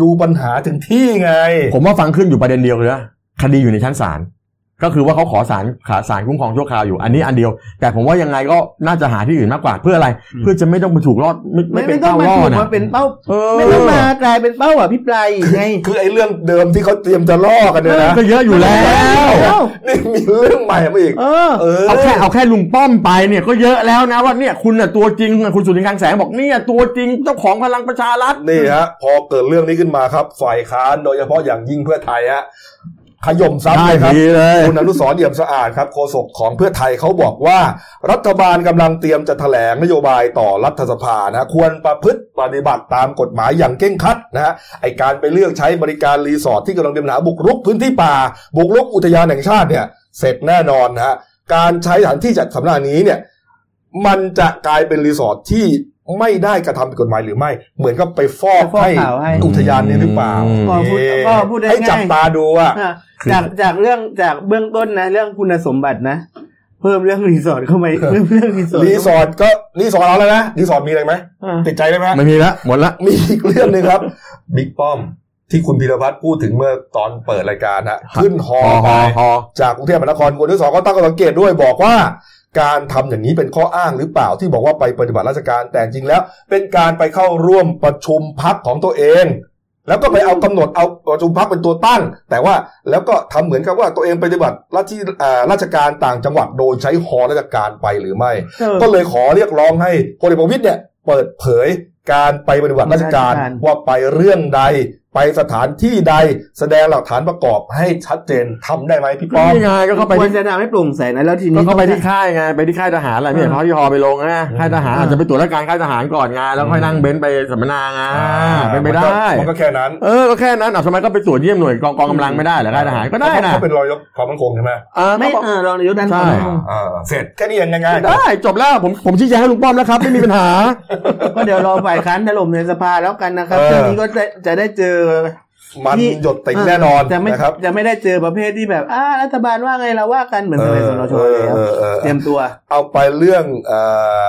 Speaker 1: ดูปัญหาถึงที่ไง
Speaker 2: ผมว่าฟังขึ้นอยู่ประเด็นเดียวเลยนะคดีอยู่ในชั้นศาล ก็คือว่าเขาขอสารขาสารคุ้มครองชั่วคราวอยู่อันนี้อันเดียว แต่ผมว่ายังไงก็น่าจะหาที่อื่นมากกว่าเพื่ออะไร
Speaker 3: อืม
Speaker 2: เพื่อจะไม่ต้องมาถูกลอดไม่ไม่
Speaker 3: ไม่
Speaker 2: เป็น
Speaker 3: ไม่ต้อง
Speaker 2: เป้า
Speaker 3: มา
Speaker 2: ล่อ
Speaker 3: ถูก
Speaker 2: นะ
Speaker 3: มาเป็นเป้า
Speaker 2: เออ
Speaker 3: ไม่ต้องมากลายเป็นเป้าอ่ะพี่ปลายอีกไง
Speaker 1: คือไอ้เรื่องเดิมที่เขาเตรียมจะล่อกันเนี่ยนะ
Speaker 2: ก็เยอะอยู่แล้ว
Speaker 1: นี่มีเรื่องใหม่มาอีก
Speaker 3: เออ
Speaker 1: เออ
Speaker 2: เอาแค่เอาแค่ลุงป้อมไปเนี่ยก็เยอะแล้วนะว่าเนี่ยคุณน่ะตัวจริงคุณสุรินทร์คลังแสงบอกเนี่ยตัวจริงเจ้าของพลังประชารัฐ
Speaker 1: นี่ฮะพอเกิดเรื่องนี้ขึ้นมาครับฝ่ายค้านโดยเฉพาะอย่างยิ่งเพื่อไทยฮะขย่มซ้ำเลยครับ
Speaker 2: ได้ทีเลย
Speaker 1: คุณอนุสรณ์เอี่ยมสะอาดครับโฆษกของเพื่อไทยเขาบอกว่า รัฐบาลกำลังเตรียมจะแถลงนโยบายต่อรัฐสภานะควรประพฤติปฏิบัติตามกฎหมายอย่างเก้งครัดนะฮะไอการไปเลือกใช้บริการรีสอร์ทที่กำลังมีปัญหาบุกรุกพื้นที่ป่า บุกรุกอุทยานแห่งชาติเนี่ยเสร็จแน่นอนนะฮะการใช้สถานที่จัดสำนักนี้เนี่ยมันจะกลายเป็นรีสอร์ทที่ไม่ได้กระทำผิดกฎหมายหรือไม่ เหมือนกับไปฟอก
Speaker 3: ไปฟอก
Speaker 1: ให้
Speaker 3: ขาวให้
Speaker 1: อุทยานนี้หรือเปล่า
Speaker 2: อืม
Speaker 3: ก็พูดก็พูดได้
Speaker 1: ให้จับ
Speaker 3: ง่าย
Speaker 1: ตาดูอ่ะ
Speaker 3: อ่ะจากจากเรื่องจากเบื้องต้นนะ เรื่องคุณสมบัตินะ เพิ่มเรื่องรีสอร์ทเข้ามาเพิ่มเรื่องรีสอร์ท
Speaker 1: รีสอร์ทก็รีสอร์ทเอาแล้วนะรีสอร์ทมีอะไรไหม
Speaker 3: อ่ะ
Speaker 1: ติดใจได้ไหม
Speaker 2: ไม่มีละหมดละ
Speaker 1: มีอีกเรื่องหนึ่งครับ บิ๊กป้อมที่คุณพีรพัฒน์พูดถึงเมื่อตอนเปิดรายการฮะขึ้นฮอ
Speaker 2: ฮอ
Speaker 1: ไป
Speaker 2: ฮอฮอ
Speaker 1: จากกรุงเทพมหานครคนที่สองก็ตั้งข้อสังเกตด้วยบอกว่า การทำอย่างนี้เป็นข้ออ้างหรือเปล่าที่บอกว่าไปปฏิบัติราชการแต่จริงแล้ว เป็นการไปเข้าร่วมประชุมพักของตัวเอง แล้วก็ไปเอากำหนดเอาประชุมพักเป็นตัวตั้ง แต่ว่าแล้วก็ทำเหมือนกับว่าตัวเองปฏิบัติราชที่เอ่อราชการต่างจังหวัดโดยใช้ฮอราชการไปหรือไม่
Speaker 3: เออ
Speaker 1: ก็เลยขอเรียกร้องให้พลเอกประวิตยเนี่ยเปิดเผยการไปปฏิบัติราชการ
Speaker 3: ราชการ
Speaker 1: ว่าไปเรื่องใด ไปสถานที่ใดแสดงหลักฐานประกอบให้ชัดเจนทำได้ไหมพี่ป้อม
Speaker 2: นี่ไงก็เข้าไป
Speaker 3: ควร
Speaker 2: ที่
Speaker 3: จะทำให้โปร่งใสนะแล้วที
Speaker 2: ก็
Speaker 3: นี้
Speaker 2: เข้าไปที่ค่ายไงไปที่ค่ายทหารอะไรไม่เห็น
Speaker 3: เออ
Speaker 2: เขาที่ฮอไปลงนะค่ายทหาร
Speaker 3: เอออ
Speaker 2: อาจจะไปตรวจราชการค่ายทหารก่อนไงแล้วค่อยนั่งเบนซ์ไปสัมมนาไงเป็นไปได้
Speaker 1: มันก็มันก็แค่นั้น
Speaker 2: เออก็แค่นั้นอ่ะทำไมก็ไปตรวจเยี่ยมหน่วยกองกองกำลังไม่ได้เหรอค่ายทหารก็ได้นะ
Speaker 1: เขาเป็นรอยยกความมั่นคงใช่ไหม
Speaker 2: เออ
Speaker 3: ไม่
Speaker 2: ก็บอก
Speaker 3: เออรองนายกด้าน
Speaker 2: ใช่
Speaker 3: ความมั่นคง
Speaker 1: อ่าเสร็จแค่นี้เองง่ายๆ
Speaker 2: ได้จบแล้วผมผมชี้แจงให้ลุงป้อมแล้วครับไม่มีปัญหา
Speaker 3: ก็เดี๋ยวรอฝ่ายค้านถล่มในสภาแล้วกันนะครับเรื่องนี้ก็จะจะได้เจอ
Speaker 1: มัน
Speaker 3: นี่
Speaker 1: หยดติ่งแน่นอน
Speaker 3: จะไม่
Speaker 1: นะครับ
Speaker 3: จะไม่ได้เจอประเภทที่แบบอ่ารัฐบาลว่าไงเราว่ากันเหมือนสมัยสนชแล้ว
Speaker 1: เออเออ
Speaker 3: เตรียมตัว
Speaker 1: เอาไปเรื่องเอ่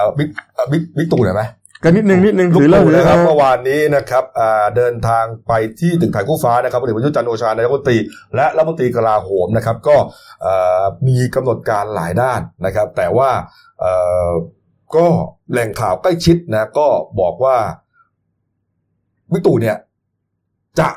Speaker 1: อบิ๊กเอ่อบิ๊กบิ๊กตู่หน่อยไหม
Speaker 2: ก็นิดนึงนิดนึง
Speaker 1: ลูก
Speaker 2: ถือเลิก
Speaker 1: ตู่
Speaker 2: เลย
Speaker 1: นะค
Speaker 2: ค
Speaker 1: รั
Speaker 2: รั
Speaker 1: บบ เมื่อวานนี้นะครับอ่าเดินทางไปที่ตึกไทยคู่ฟ้านะครับพลเอกประยุทธ์จันทร์โอชานายกรัฐมนตรีและรัฐมนตรีกลาโหมนะครับ ก็เอ่อมีกำหนดการหลายด้านนะครับ แต่ว่าเอ่อก็แหล่งข่าวใกล้ชิดนะก็บอกว่าวิกตู่เนี่ย จะ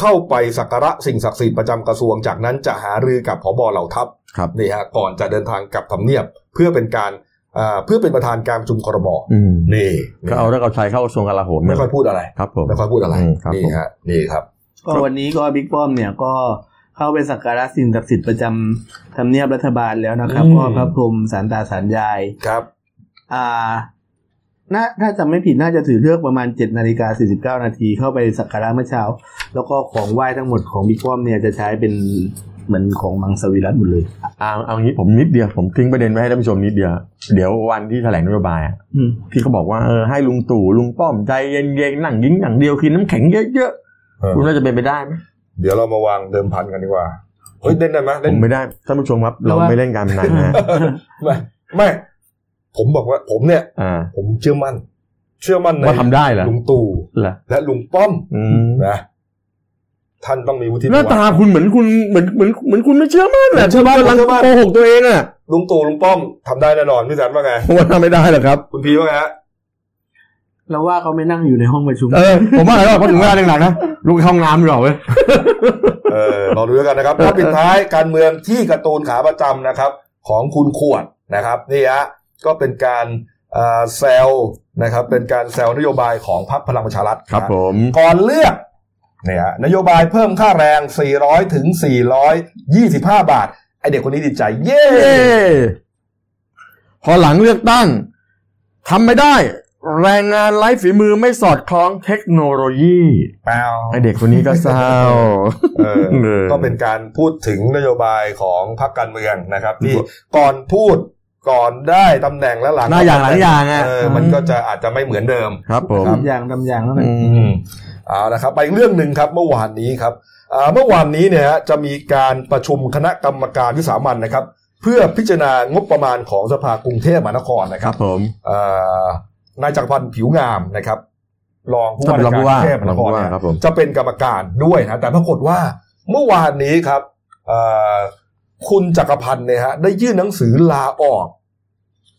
Speaker 1: เข้าไปสักการะสิ่งศักดิ์สิทธิ์ประจำกระทรวงจากนั้นจะหารือกับผบเหล่าทัพ
Speaker 2: ครับ
Speaker 1: นี่ฮะก่อนจะเดินทางกลับทำเนียบ เพื่อเป็นการอ่าเพื่อเป็นประธานการประชุมครม
Speaker 2: อืม
Speaker 1: นี่
Speaker 2: ก็เอาเรื่องเอาชัยเข้ากระทรวงกลาโหม
Speaker 1: ไม่ค่อยพูดอะไร
Speaker 2: ครับผม
Speaker 1: ไม่ค่อยพูดอะไร
Speaker 2: อืมครับ
Speaker 1: นี่
Speaker 2: ผม
Speaker 1: ฮะนี่ครับ
Speaker 3: ก็วันนี้ก็บิ๊กป้อมเนี่ยก็เข้าไปสักการะสิ่งศักดิ์สิทธิ์ประจำทำเนียบรัฐบาลแล้วนะครับ
Speaker 1: อืม
Speaker 3: ก็พระพรหมสารตาสารยาย
Speaker 1: ครับ
Speaker 3: อ่าน่าถ้าจำไม่ผิดน่าจะถือเลือกประมาณเจ็ดนาฬิกาสี่สิบเก้านาทีเข้าไปสักการะเมื่อเช้า แล้วก็ของไหว้ทั้งหมดของบิ๊กป้อมเนี่ยจะใช้เป็นเหมือนของมังสวิรัตหมดเลย
Speaker 2: เอาเอางี้ผมนิดเดียวผมทิ้งประเด็นไว้ให้ท่านผู้ชมนิดเดียว เดี๋ยววันที่แถลงนโยบายอะ
Speaker 3: อืม
Speaker 2: ที่เขาบอกว่าเออให้ลุงตู่ลุงป้อมใจเย็นๆนั่งยิ้มอย่างเดียวกินน้ำแข็งเยอะ
Speaker 1: เออ
Speaker 2: ๆคุณน่าจะเป็นไปได้ไหม
Speaker 1: เดี๋ยวเรามาวางเดิมพันกันดีกว่าเฮ้ยเล่นได้ไหม
Speaker 2: ผ
Speaker 1: เล่น
Speaker 2: มไม่ได้ท่านผู้ชมครับเรา
Speaker 3: แล้วว่า
Speaker 2: ไม่เล่นการพนันนะ
Speaker 1: ไม่ไม่ผมบอกว่าผมเนี่ย
Speaker 2: อ่ า
Speaker 1: ผมเชื่อมั่น เชื่อมั่นใน
Speaker 2: ว่าทำได้เหรอ
Speaker 1: ลุงตู่
Speaker 2: เหรอ
Speaker 1: และลุงป้อม
Speaker 2: อืม
Speaker 1: นะท่านต้องมีวุฒิ
Speaker 2: หน้า
Speaker 1: ภาวะ
Speaker 2: ตาคุณเหมือนคุณเหมือนเหมือนเหมือนคุณไม่เชื่อมั่นแหละ
Speaker 1: เชื่อมั่น
Speaker 2: กำลัง
Speaker 1: เชื่อมั่น
Speaker 2: โกหกตัวเองอ่ะ
Speaker 1: ลุงตู่ลุงป้อมทำได้แน่นอนพี่แซนว่าไง
Speaker 2: ผมว่าทำไม่ได้หรอกครับ
Speaker 1: คุณพีว่าไงฮะ
Speaker 3: เราว่าเขาไม่นั่งอยู่ในห้องประชุม
Speaker 2: เออผมว่าอะไรวะพอถึงเวลาหนักๆนะลุกเข้าห้องน้ำดีกว่าเว้ย
Speaker 1: เออรอดูแล้วกันนะครับแล้วปิดท้ายการเมืองที่การ์ตูนขาประจำนะครับ ของคุณขวดนะครับนี่ฮะก็เป็นการอ่าแซลนะครับ เป็นการแซลนโยบายของพรรคพลังประชารัฐ
Speaker 2: ครับผม
Speaker 1: ก่อนเลือกเนี่ยฮะนโยบายเพิ่มค่าแรง 400 ถึง 425 บาท ไอเด็กคนนี้ดีใจ เย้
Speaker 2: เย้พอหลังเลือกตั้งทำไม่ได้ แรงงานไร้ฝีมือไม่สอดคล้องเทคโนโลยี
Speaker 1: แปลว
Speaker 2: ไอเด็กคนนี้ก็เศร้า
Speaker 1: เออ
Speaker 2: เออ
Speaker 1: ก็เป็นการพูดถึงนโยบายของพรรคการเมืองนะครับ ที่
Speaker 2: ครับ
Speaker 1: ก่อนพูดก่อนได้ตำแหน่งและหลัง
Speaker 2: หน้าอย่างหลังอย่างอะ
Speaker 1: เออมันก็จะอาจจะไม่เหมือนเดิม
Speaker 2: ครับผม
Speaker 3: ทำอย่างทำอย่างแล้วกัน
Speaker 2: อื
Speaker 1: อื
Speaker 2: ม
Speaker 1: มเอาละครับไปอีกเรื่องหนึ่งครับเมื่อวานนี้ครับอ่าเมื่อวานนี้เนี่ยฮะจะมีการประชุมคณะกรรมการวิสามันนะครับ เพื่อพิจารณางบประมาณของสภากรุงเทพมหานครนะค
Speaker 2: ค
Speaker 1: รั
Speaker 2: รับ บผม
Speaker 1: เอ่อนายจักรพันธ์ผิวงามนะครับรองผู้
Speaker 2: ท่านเป็นรองผู้
Speaker 1: ว่า
Speaker 2: ว่า
Speaker 1: การกรุงเทพมหานคร
Speaker 2: รองผู้ว่า
Speaker 1: เนี่ย
Speaker 2: ครับผม
Speaker 1: จะเป็นกรรมการด้วยนะแต่ปรากฏว่าเมื่อวานนี้ครับเอ่อ คุณจักรพันธ์เนี่ยฮะได้ยื่นหนังสือลาออก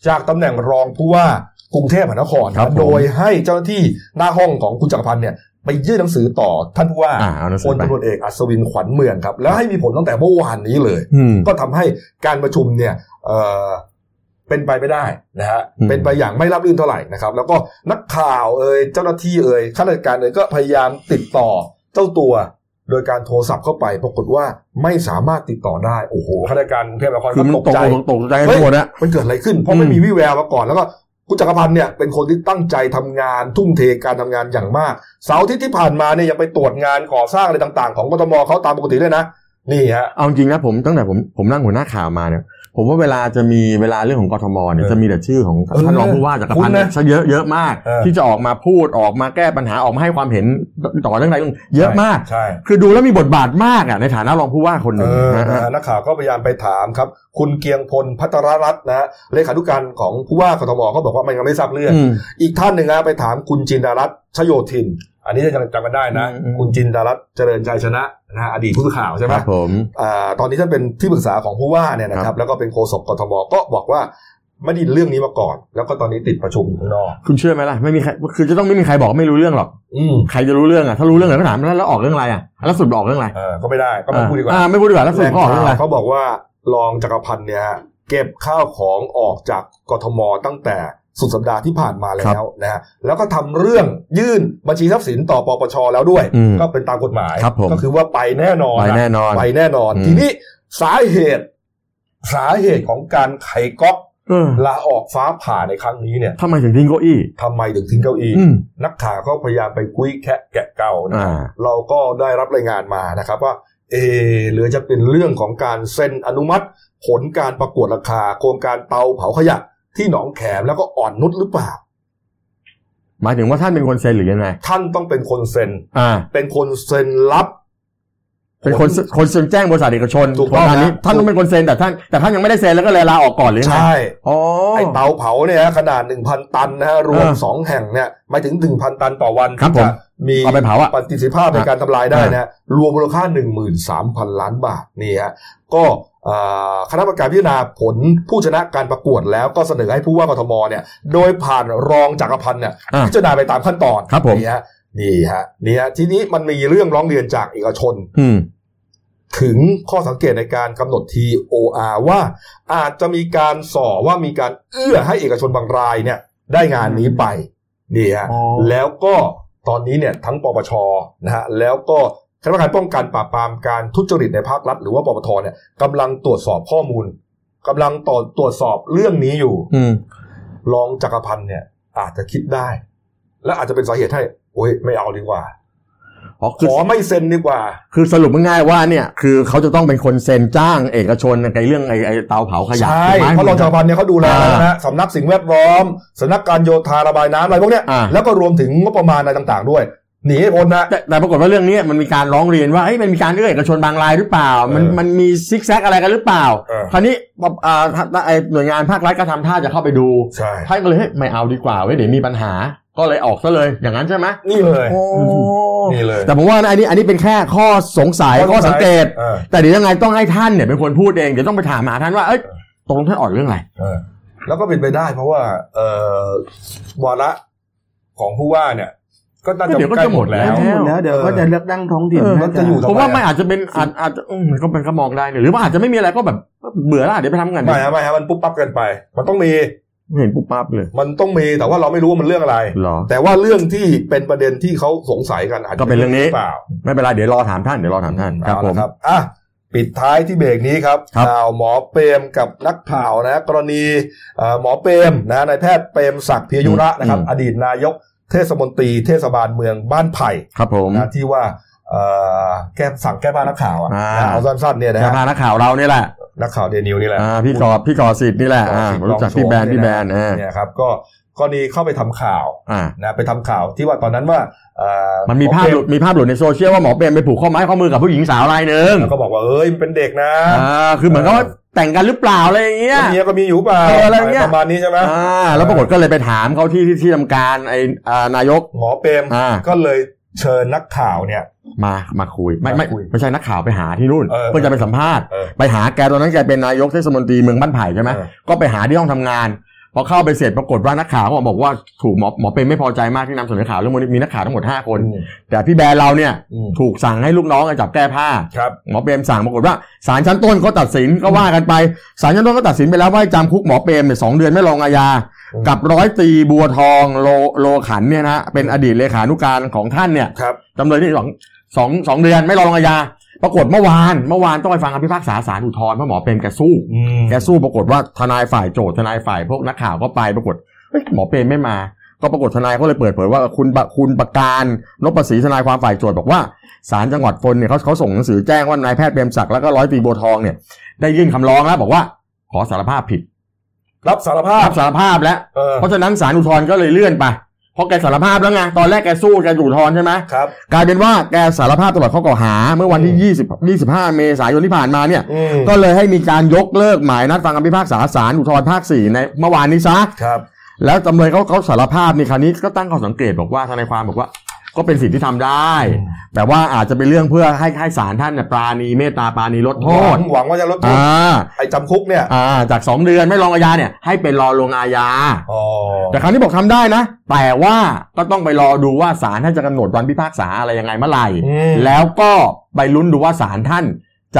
Speaker 1: จากตำแหน่งรองผู้ว่ากรุงเทพมหานครนะครับ
Speaker 2: ผม
Speaker 1: โดยให้เจ้าหน้าที่หน้าห้องของคุณจักรพันธ์เนี่ยไปยื่นหนังสือต่อท่านผู้ว่า
Speaker 2: อ่าเอาหนัง
Speaker 1: พ
Speaker 2: สื
Speaker 1: ล
Speaker 2: อไป
Speaker 1: ตำรวจเอกอัศวินขวัญเมืองครับ แล้วให้มีผลตั้งแต่เมื่อวานนี้เลย
Speaker 2: อืม
Speaker 1: ก็ทำให้การประชุมเนี่ยเอ่อเป็นไปไม่ได้นะฮะ
Speaker 2: อืม
Speaker 1: เป็นไปอย่างไม่รับรื่นเท่าไหร่นะครับ แล้วก็นักข่าวเอ่ยเจ้าหน้าที่เอ่ยข้าราชการเอ่ยก็พยายามติดต่อเจ้าตัว โดยการโทรศัพท์เข้าไป ปรากฏว่าไม่สามารถติดต่อได้โอ้โหข้าราชการกรุงเทพมหานคร
Speaker 2: คือ
Speaker 1: ก็
Speaker 2: มั
Speaker 1: ตก
Speaker 2: นตก
Speaker 1: ใจ
Speaker 2: ใจตกใจ
Speaker 1: เฮ้ย
Speaker 2: ทั้งหมดนะ
Speaker 1: มันเกิดอะไรขึ้น เพราะไม่
Speaker 2: อืม
Speaker 1: มีวิแววมาก่อนแล้วก็คุณจักรพันธ์เนี่ยเป็นคนที่ตั้งใจทำงานทุ่มเทการทำงานอย่างมาก เสาร์อาที่ที่ผ่านมาเนี่ยยังไปตรวจงานก่อสร้างอะไรต่าง ๆ ของกทมเขาตามปกติเลยนะนี่ฮะ
Speaker 2: เอาจริงนะผมตั้งแต่ผมผมนั่งหัวหน้าข่าวมาเนี่ย ผมว่าเวลาจะมีเวลาเรื่องของกทมเนี่ย
Speaker 1: เออ
Speaker 2: จะมีแต่ชื่อของท่านรองผู้ว่าจักรพันธ์เนี่ยซะเยอะเยอะมาก
Speaker 1: เออ
Speaker 2: ที่จะออกมาพูดออกมาแก้ปัญหาออกมาให้ความเห็นต่อเรื่องอะไรเรื่องเยอะมาก
Speaker 1: ใช่
Speaker 2: คือดูแล้วมีบทบาทมากอ่ะในฐานะรองผู้ว่าคนห
Speaker 1: เอ
Speaker 2: นึ่ง
Speaker 1: อ
Speaker 2: นะ
Speaker 1: นะ
Speaker 2: ฮะ
Speaker 1: ฮะนักข่าวก็พยายามไปถามครับ คุณเกียงพลพัทรรัตน์นะฮะเลขานุการของผู้ว่ากทมก็บอกว่ามันยังไม่ทราบเรื่อง
Speaker 2: อืม
Speaker 1: อีกท่านหนึ่งนะไปถามคุณจินดารัตน์ชโยธิน อันนี้จะจำกันได้นะ
Speaker 2: อืมอืม
Speaker 1: คุณจินดารัตน์เจริญใจชนะนะฮะอดีตผู้สื่อข่าวใช่ไห
Speaker 2: ค
Speaker 1: ม
Speaker 2: รับผม
Speaker 1: อ่าตอนนี้ท่านเป็นที่ปรึกษาของผู้ว่าเนี่ยนะค
Speaker 2: ค
Speaker 1: รั
Speaker 2: รับ บ
Speaker 1: แล้วก็เป็นโฆษกกทมก็บอกว่าไม่ได้ยินเรื่องนี้มาก่อน แล้วก็ตอนนี้ติดประชุมข้างนอก
Speaker 2: คุณเชื่อไหมล่ะไม่มีใครคือจะต้องไม่มีใครบอกไม่รู้เรื่องหรอก
Speaker 1: อืม
Speaker 2: ใครจะรู้เรื่องอ่ะถ้ารู้เรื่องแล้วก็ถามแล้วแล้วออกเรื่องอะไรอ่ะแล้วสรุดออกเรื่องอะไร
Speaker 1: เออก็ไม่ได้ก็ไม่พูดดีกว่า
Speaker 2: อ่ไม่พูดดีกว่าแล้วส
Speaker 1: แห
Speaker 2: รุด
Speaker 1: ล่ง
Speaker 2: ก็ออกเรื่องอะไร
Speaker 1: ข่าวเขาบอกว่ารองจักรพันธ์เนี่ยฮะเก็บข้าวของออกจากกทมตั้งแต่สุดสัปดาห์ที่ผ่านมาแล้วนะฮะแล้วก็ทำเรื่องยื่นบัญชีทรัพย์สินต่อปปชแล้วด้วย
Speaker 2: อืม
Speaker 1: ก็เป็นตามกฎหมาย
Speaker 2: ครับผม
Speaker 1: ก็คือว่าไปแน่นอน
Speaker 2: ไปแน่นอน
Speaker 1: ไปแน่นอน
Speaker 2: อืม
Speaker 1: ทีนี้สาเหตุ สาเหตุของการไขก๊อก
Speaker 2: เออ
Speaker 1: ลาออกฟ้าผ่าในครั้งนี้เนี่ย
Speaker 2: ทำไมถึงทิ้งเก้าอี้
Speaker 1: ทำไมถึงทิ้งเก้าอี้
Speaker 2: อืม
Speaker 1: นักข่าวก็พยายามไปคุยแคะแกะเก่านะครับ
Speaker 2: อ่า
Speaker 1: เราก็ได้รับรายงานมานะครับว่า เออหรือจะเป็นเรื่องของการเซ็นอนุมัติ ผลการประกวดราคา โครงการเตาเผาขยะที่หนองแขมแล้วก็อ่อนนุชหรือเปล่า
Speaker 2: หมายถึงว่าท่านเป็นคนเซ็นหรือยังไง
Speaker 1: ท่านต้องเป็นคนเซ็น
Speaker 2: อ่า
Speaker 1: เป็นคนเซ็นรับ
Speaker 2: เป็นคนเซ็นคนเซ็นแจ้งบริษัทเอกชน
Speaker 1: ถูกต้อง
Speaker 2: โครงารนี้
Speaker 1: ครับ
Speaker 2: ท่านต้องเป็นคนเซ็นแต่ท่านแต่ท่านยังไม่ได้เซ็นแล้วก็เลยลาออกก่อนหรือยังไง
Speaker 1: ใช่
Speaker 2: อ๋อ
Speaker 1: ไอเตาเผาเนี่ยขนาด 1,000 ตันนะฮะรวม
Speaker 2: เออ
Speaker 1: สองแห่งเนี่ยหมายถึง 1,000 ตันต่อวัน
Speaker 2: ครับผม
Speaker 1: จะมี
Speaker 2: เอาไปเผาอ่ะ
Speaker 1: ประสิทธิภาพในการทำลายได้
Speaker 2: อ่ะ
Speaker 1: นะรวมมูลค่า 13,000 ล้านบาทนี่ฮะก็เอ่อคณะกรรมการพิจารณาผลผู้ชนะการประกวดแล้วก็เสนอให้ผู้ว่ากทมเนี่ยโดยผ่านรองจักรพันธ์เนี่ย
Speaker 2: อ่า
Speaker 1: พิจารณาไปตามขั้นตอน
Speaker 2: ครับผม
Speaker 1: นี่ฮะนี่ฮะนี่ฮะทีนี้มันมีเรื่องร้องเรียนจากเอกชน
Speaker 2: อืม
Speaker 1: ถึงข้อสังเกตในการกำหนด TOR ว่าอาจจะมีการส่อว่ามีการเอื้อให้เอกชนบางรายเนี่ยได้งานนี้ไปนี่ฮะ
Speaker 2: อ๋อ
Speaker 1: แล้วก็ตอนนี้เนี่ยทั้งปปชนะฮะแล้วก็คณะกรรมการป้องกันปราบปรามการทุจริตในภาครัฐ หรือว่าปปทเนี่ยกำลังตรวจสอบข้อมูลกำลังต่อตรวจสอบเรื่องนี้อยู่
Speaker 2: อืม
Speaker 1: รองจักรพันธ์เนี่ยอาจจะคิดได้ และอาจจะเป็นสาเหตุให้โอ้ยไม่เอาดีกว่า
Speaker 2: อ๋อ
Speaker 1: ข
Speaker 2: คือ
Speaker 1: อไม่เซ็นดีกว่า
Speaker 2: คือสรุปง่ายๆว่าเนี่ยคือเขาจะต้องเป็นคนเซ็นจ้างเอกชนในเรื่องไอ้ไอ้เตาเผาขยะ
Speaker 1: ใช่
Speaker 2: ถูกไหม
Speaker 1: เพราะรองจักรพันธ์เนี่ยเขาดูแล
Speaker 2: อ่า
Speaker 1: นะฮะสำนักสิ่งแวดล้อมสำนักการโยธาระบายน้ำอะไรพวกเนี้ย
Speaker 2: อ่า
Speaker 1: แล้วก็รวมถึงงบประมาณอะไรต่างๆด้วย หนีให้พ้นนะ
Speaker 2: แต่แต่ปรากฏว่าเรื่องนี้มันมีการร้องเรียนว่าเอ้ยมันมีการเอื้อเอกชนบางรายหรือเปล่า มัน
Speaker 1: เออ
Speaker 2: มันมีซิกแซกอะไรกันหรือเปล่า
Speaker 1: เออ
Speaker 2: คราวนี้ปปอ่าทางไอ้หน่วยงานภาครัฐก็ทำท่าจะเข้าไปดู
Speaker 1: ใช่
Speaker 2: ท่านก็เลยเฮ้ยไม่เอาดีกว่าเว้ยเดี๋ยวมีปัญหา ก็เลยออกซะเลยอย่างนั้นใช่ไหม
Speaker 1: นี่เลย
Speaker 2: โอ้
Speaker 1: นี่เลย
Speaker 2: แต่ผมว่านะอันนี้อันนี้เป็นแค่ข้อสงสัยข้อสังเกต
Speaker 1: ออ
Speaker 2: แต่เดี๋ยวยังไงต้องให้ท่านเนี่ยเป็นคนพูดเองเดี๋ยวต้องไปถามหาท่านว่าเอ้ยตกลงท่านออกเรื่องอะไร
Speaker 1: เออแล้วก็เป็นไปได้เพราะว่าเออวาระของผู้ว่าเนี่ย ก็น่าจะ
Speaker 2: เดี๋ยวก็
Speaker 1: ใกล้
Speaker 2: จะ
Speaker 1: ห
Speaker 2: ห
Speaker 1: ม
Speaker 2: ม
Speaker 1: ด
Speaker 2: ดแล้
Speaker 1: แล้ว
Speaker 3: ทั้งหมดแล้วเดี๋ยวก็จะเลือกตั้งท้องถิ่น
Speaker 2: เออ
Speaker 3: น่า
Speaker 1: มันจะอยู่ ต่ไป
Speaker 2: ผมว่าไม่
Speaker 1: อ่ะ
Speaker 2: อาจจะเป็นอาจอาจจะอืมก็เป็นก็มองได้เนี่ยหรือว่าอาจจะไม่มีอะไรก็แบบเบื่อแล้วเดี๋ยวไปทำงาน
Speaker 1: ไม่ฮะไม่ฮะมันปุ๊บปั๊บเกินไป มันต้องมี
Speaker 2: ไม่เห็นปุ๊บปั๊บเลย
Speaker 1: มันต้องมีแต่ว่าเราไม่รู้ว่ามันเรื่องอะไร
Speaker 2: เหรอ
Speaker 1: แต่ว่าเรื่องที่เป็นประเด็นที่เขาสงสัยกันอาจจะ
Speaker 2: ก็เป็นเรื่องนี้
Speaker 1: หเปล่า
Speaker 2: ไม่เป็นไรเดี๋ยวรอถามท่านเดี๋ยวรอถามท่านครับ
Speaker 1: เอ
Speaker 2: ผ
Speaker 1: ละ
Speaker 2: ม
Speaker 1: ครับอ่ะปิดท้ายที่เบรกนี้ครับ
Speaker 2: ครับ
Speaker 1: ข่าวหมอเปรมกับนักข่าวนะกรณีเอ่อหมอเปรมนะนายแพทย์เปรมศักดิ์เพียยุระ
Speaker 2: อืม
Speaker 1: นะครับ
Speaker 2: อืม
Speaker 1: อดีตนายกเทศมนตรีเทศบาลเมืองบ้านไผ่
Speaker 2: ครับผม
Speaker 1: นะที่ว่าเอ่อแก้สั่งแก้ผ้านักข่าวอะ
Speaker 2: อ่า
Speaker 1: นะเอาสั้นๆเนี่ยนะ
Speaker 2: จะ
Speaker 1: ฮะ
Speaker 2: พานักข่าวเราเนี่ยแหละ
Speaker 1: นักข่าวเดนิวนี่แหละ
Speaker 2: อ่าพี่กอบพี่กอสิทธิ์นี่แหละอ่า
Speaker 1: สิบ
Speaker 2: รู้จัก
Speaker 1: ล
Speaker 2: พี่
Speaker 1: อง
Speaker 2: แบรนด์
Speaker 1: โสม
Speaker 2: พี่แบรนด์
Speaker 1: เยะ
Speaker 2: อ่า
Speaker 1: เนี่ยครับก็กรณีเข้าไปทำข่าว
Speaker 2: อ่า
Speaker 1: นะไปทำข่าวที่ว่าตอนนั้นว่าเอ่อ
Speaker 2: มันมี
Speaker 1: หอ
Speaker 2: ภาพ
Speaker 1: เปร
Speaker 2: หลุดมีภาพหลุดในโซเชียลว่าหมอเปรมไปผูกข้อไม้ข้อมือกับผู้หญิงสาวรายหนึ่ง
Speaker 1: แล้วก็บอกว่าเอ้ยมันเป็นเด็กนะ
Speaker 2: อ่าคือเหมือนกับว่าแต่งกันหรือเปล่าอะไรอย่างเงี้
Speaker 1: แล้
Speaker 2: ย
Speaker 1: วเมียก็มีอยู่เปล่า
Speaker 2: เอออะไรเงี้ย
Speaker 1: ประมาณนี้ใช่ไหม
Speaker 2: อ่าแล้วปรากฏก็เลยไปถามเขาที่ที่ที่ทำการไอ้อ่านายก
Speaker 1: หมอเปรม
Speaker 2: อ่า
Speaker 1: ก็เลย เชิญนักข่าวเนี่ย
Speaker 2: มามาคุยไม่ไม่
Speaker 1: มาคุย
Speaker 2: ไม่ใช่นักข่าวไปหาที่นู่น
Speaker 1: เออ
Speaker 2: เพื่อจะไปสัมภาษณ์
Speaker 1: เออ
Speaker 2: ไปหาแกตอนนั้นแกเป็นนายกเทศมนตรีเมืองบ้านไผ่ใช่ไหม
Speaker 1: เออ
Speaker 2: ก็ไปหาที่ห้องทำงานพอเข้าไปเสร็จปรากฏว่านักข่าวก็บอกว่าถูกหมอหมอเป็นไม่พอใจมากที่นำเสนอข่าวเรื่องนี้มีนักข่าวทั้งหมดห้าคน แต่พี่แบร์เราเนี่ย
Speaker 1: อืม
Speaker 2: ถูกสั่งให้ลูกน้องอะจับแก้ผ้า
Speaker 1: ครับ
Speaker 2: หมอเปรมสั่งปรากฏว่าศาลชั้นต้นก็ตัดสินก็ว่ากันไปศาลชั้นต้นก็ตัดสินไปแล้วว่าให้จำคุกหมอเปรมเนี่ยสองเดือนไม่รองอาญา
Speaker 1: อืม
Speaker 2: กับร้อยตรีบัวทองโลโลขันเนี่ยนะฮะเป็นอดีตเลขานุการของท่านเนี่ย
Speaker 1: ครับ
Speaker 2: จำเลยที่สองสองสองเดือนไม่รองอาญาปรากฏเมื่อวานเมื่อวานต้องไปฟังคำพิพากษาศาลอุทธรณ์เพราะหมอเปรมแกสู้
Speaker 1: อืม
Speaker 2: แกสู้ปรากฏว่าทนายฝ่ายโจทย์ทนายฝ่ายพวกนักข่าวก็ไปปรากฏเฮ้ยหมอเปรมไม่มา ก็ปรากฏทนายเขาเลยเปิดเผยว่าคุณปะคุณประการนพศรีทนายความฝ่ายโจทย์บอกว่า ศาลจังหวัดพลเนี่ยเขาเขาส่งหนังสือแจ้งว่านายแพทย์เปรมศักดิ์แล้วก็ร้อยตรีโบวทองเนี่ย ได้ยื่นคำร้องแล้วบอกว่า ขอสารภาพผิด
Speaker 1: รับสารภาพ
Speaker 2: รับสารภาพแล้ว
Speaker 1: เออ
Speaker 2: เพราะฉะนั้นศาลอุทธรณ์ก็เลยเลื่อนไปเพราะแกสารภาพแล้วไงตอนแรกแกสู้แกอยู่อุทธรณ์ใช่ไหม
Speaker 1: ครับ
Speaker 2: กลายเป็นว่าแกสารภาพตลอดข้อกล่าวหา เมื่อวันที่ 20 25 เมษายนที่ผ่านมาเนี่ย
Speaker 1: อืม
Speaker 2: ก็เลยให้มีการยกเลิกหมายนัดฟังคำพิพากษาศาลอุทธรณ์ภาคสี่ในเมื่อวานนี้ซะ
Speaker 1: ครับ
Speaker 2: แล้วจำเลยเขาเขาสารภาพนี่คราวนี้ก็ตั้งข้อสังเกตบอกว่าทนายความบอกว่า ก็เป็นสิทธิที่ทำได้
Speaker 1: อืม
Speaker 2: แต่ว่าอาจจะเป็นเรื่องเพื่อให้ให้ศาลท่านเนี่ยปราณีเมตตาปราณีลดโท
Speaker 1: หวั
Speaker 2: ษ
Speaker 1: งหวังว่าจะลดโทษ
Speaker 2: อ่า
Speaker 1: ไอ้จำคุกเนี่ย
Speaker 2: อ่าจากสองเดือนไม่รองอาญาเนี่ย ให้เป็นรอลงอาญา
Speaker 1: อ๋อ
Speaker 2: แต่คราวนี้บอกทำได้นะ แต่ว่าก็ต้องไปรอดูว่าศาลท่านจะกำหนดวันพิพากษาอะไรยังไงเมื่อไหร่
Speaker 1: อืม
Speaker 2: แล้วก็ไปลุ้นดูว่าศาลท่าน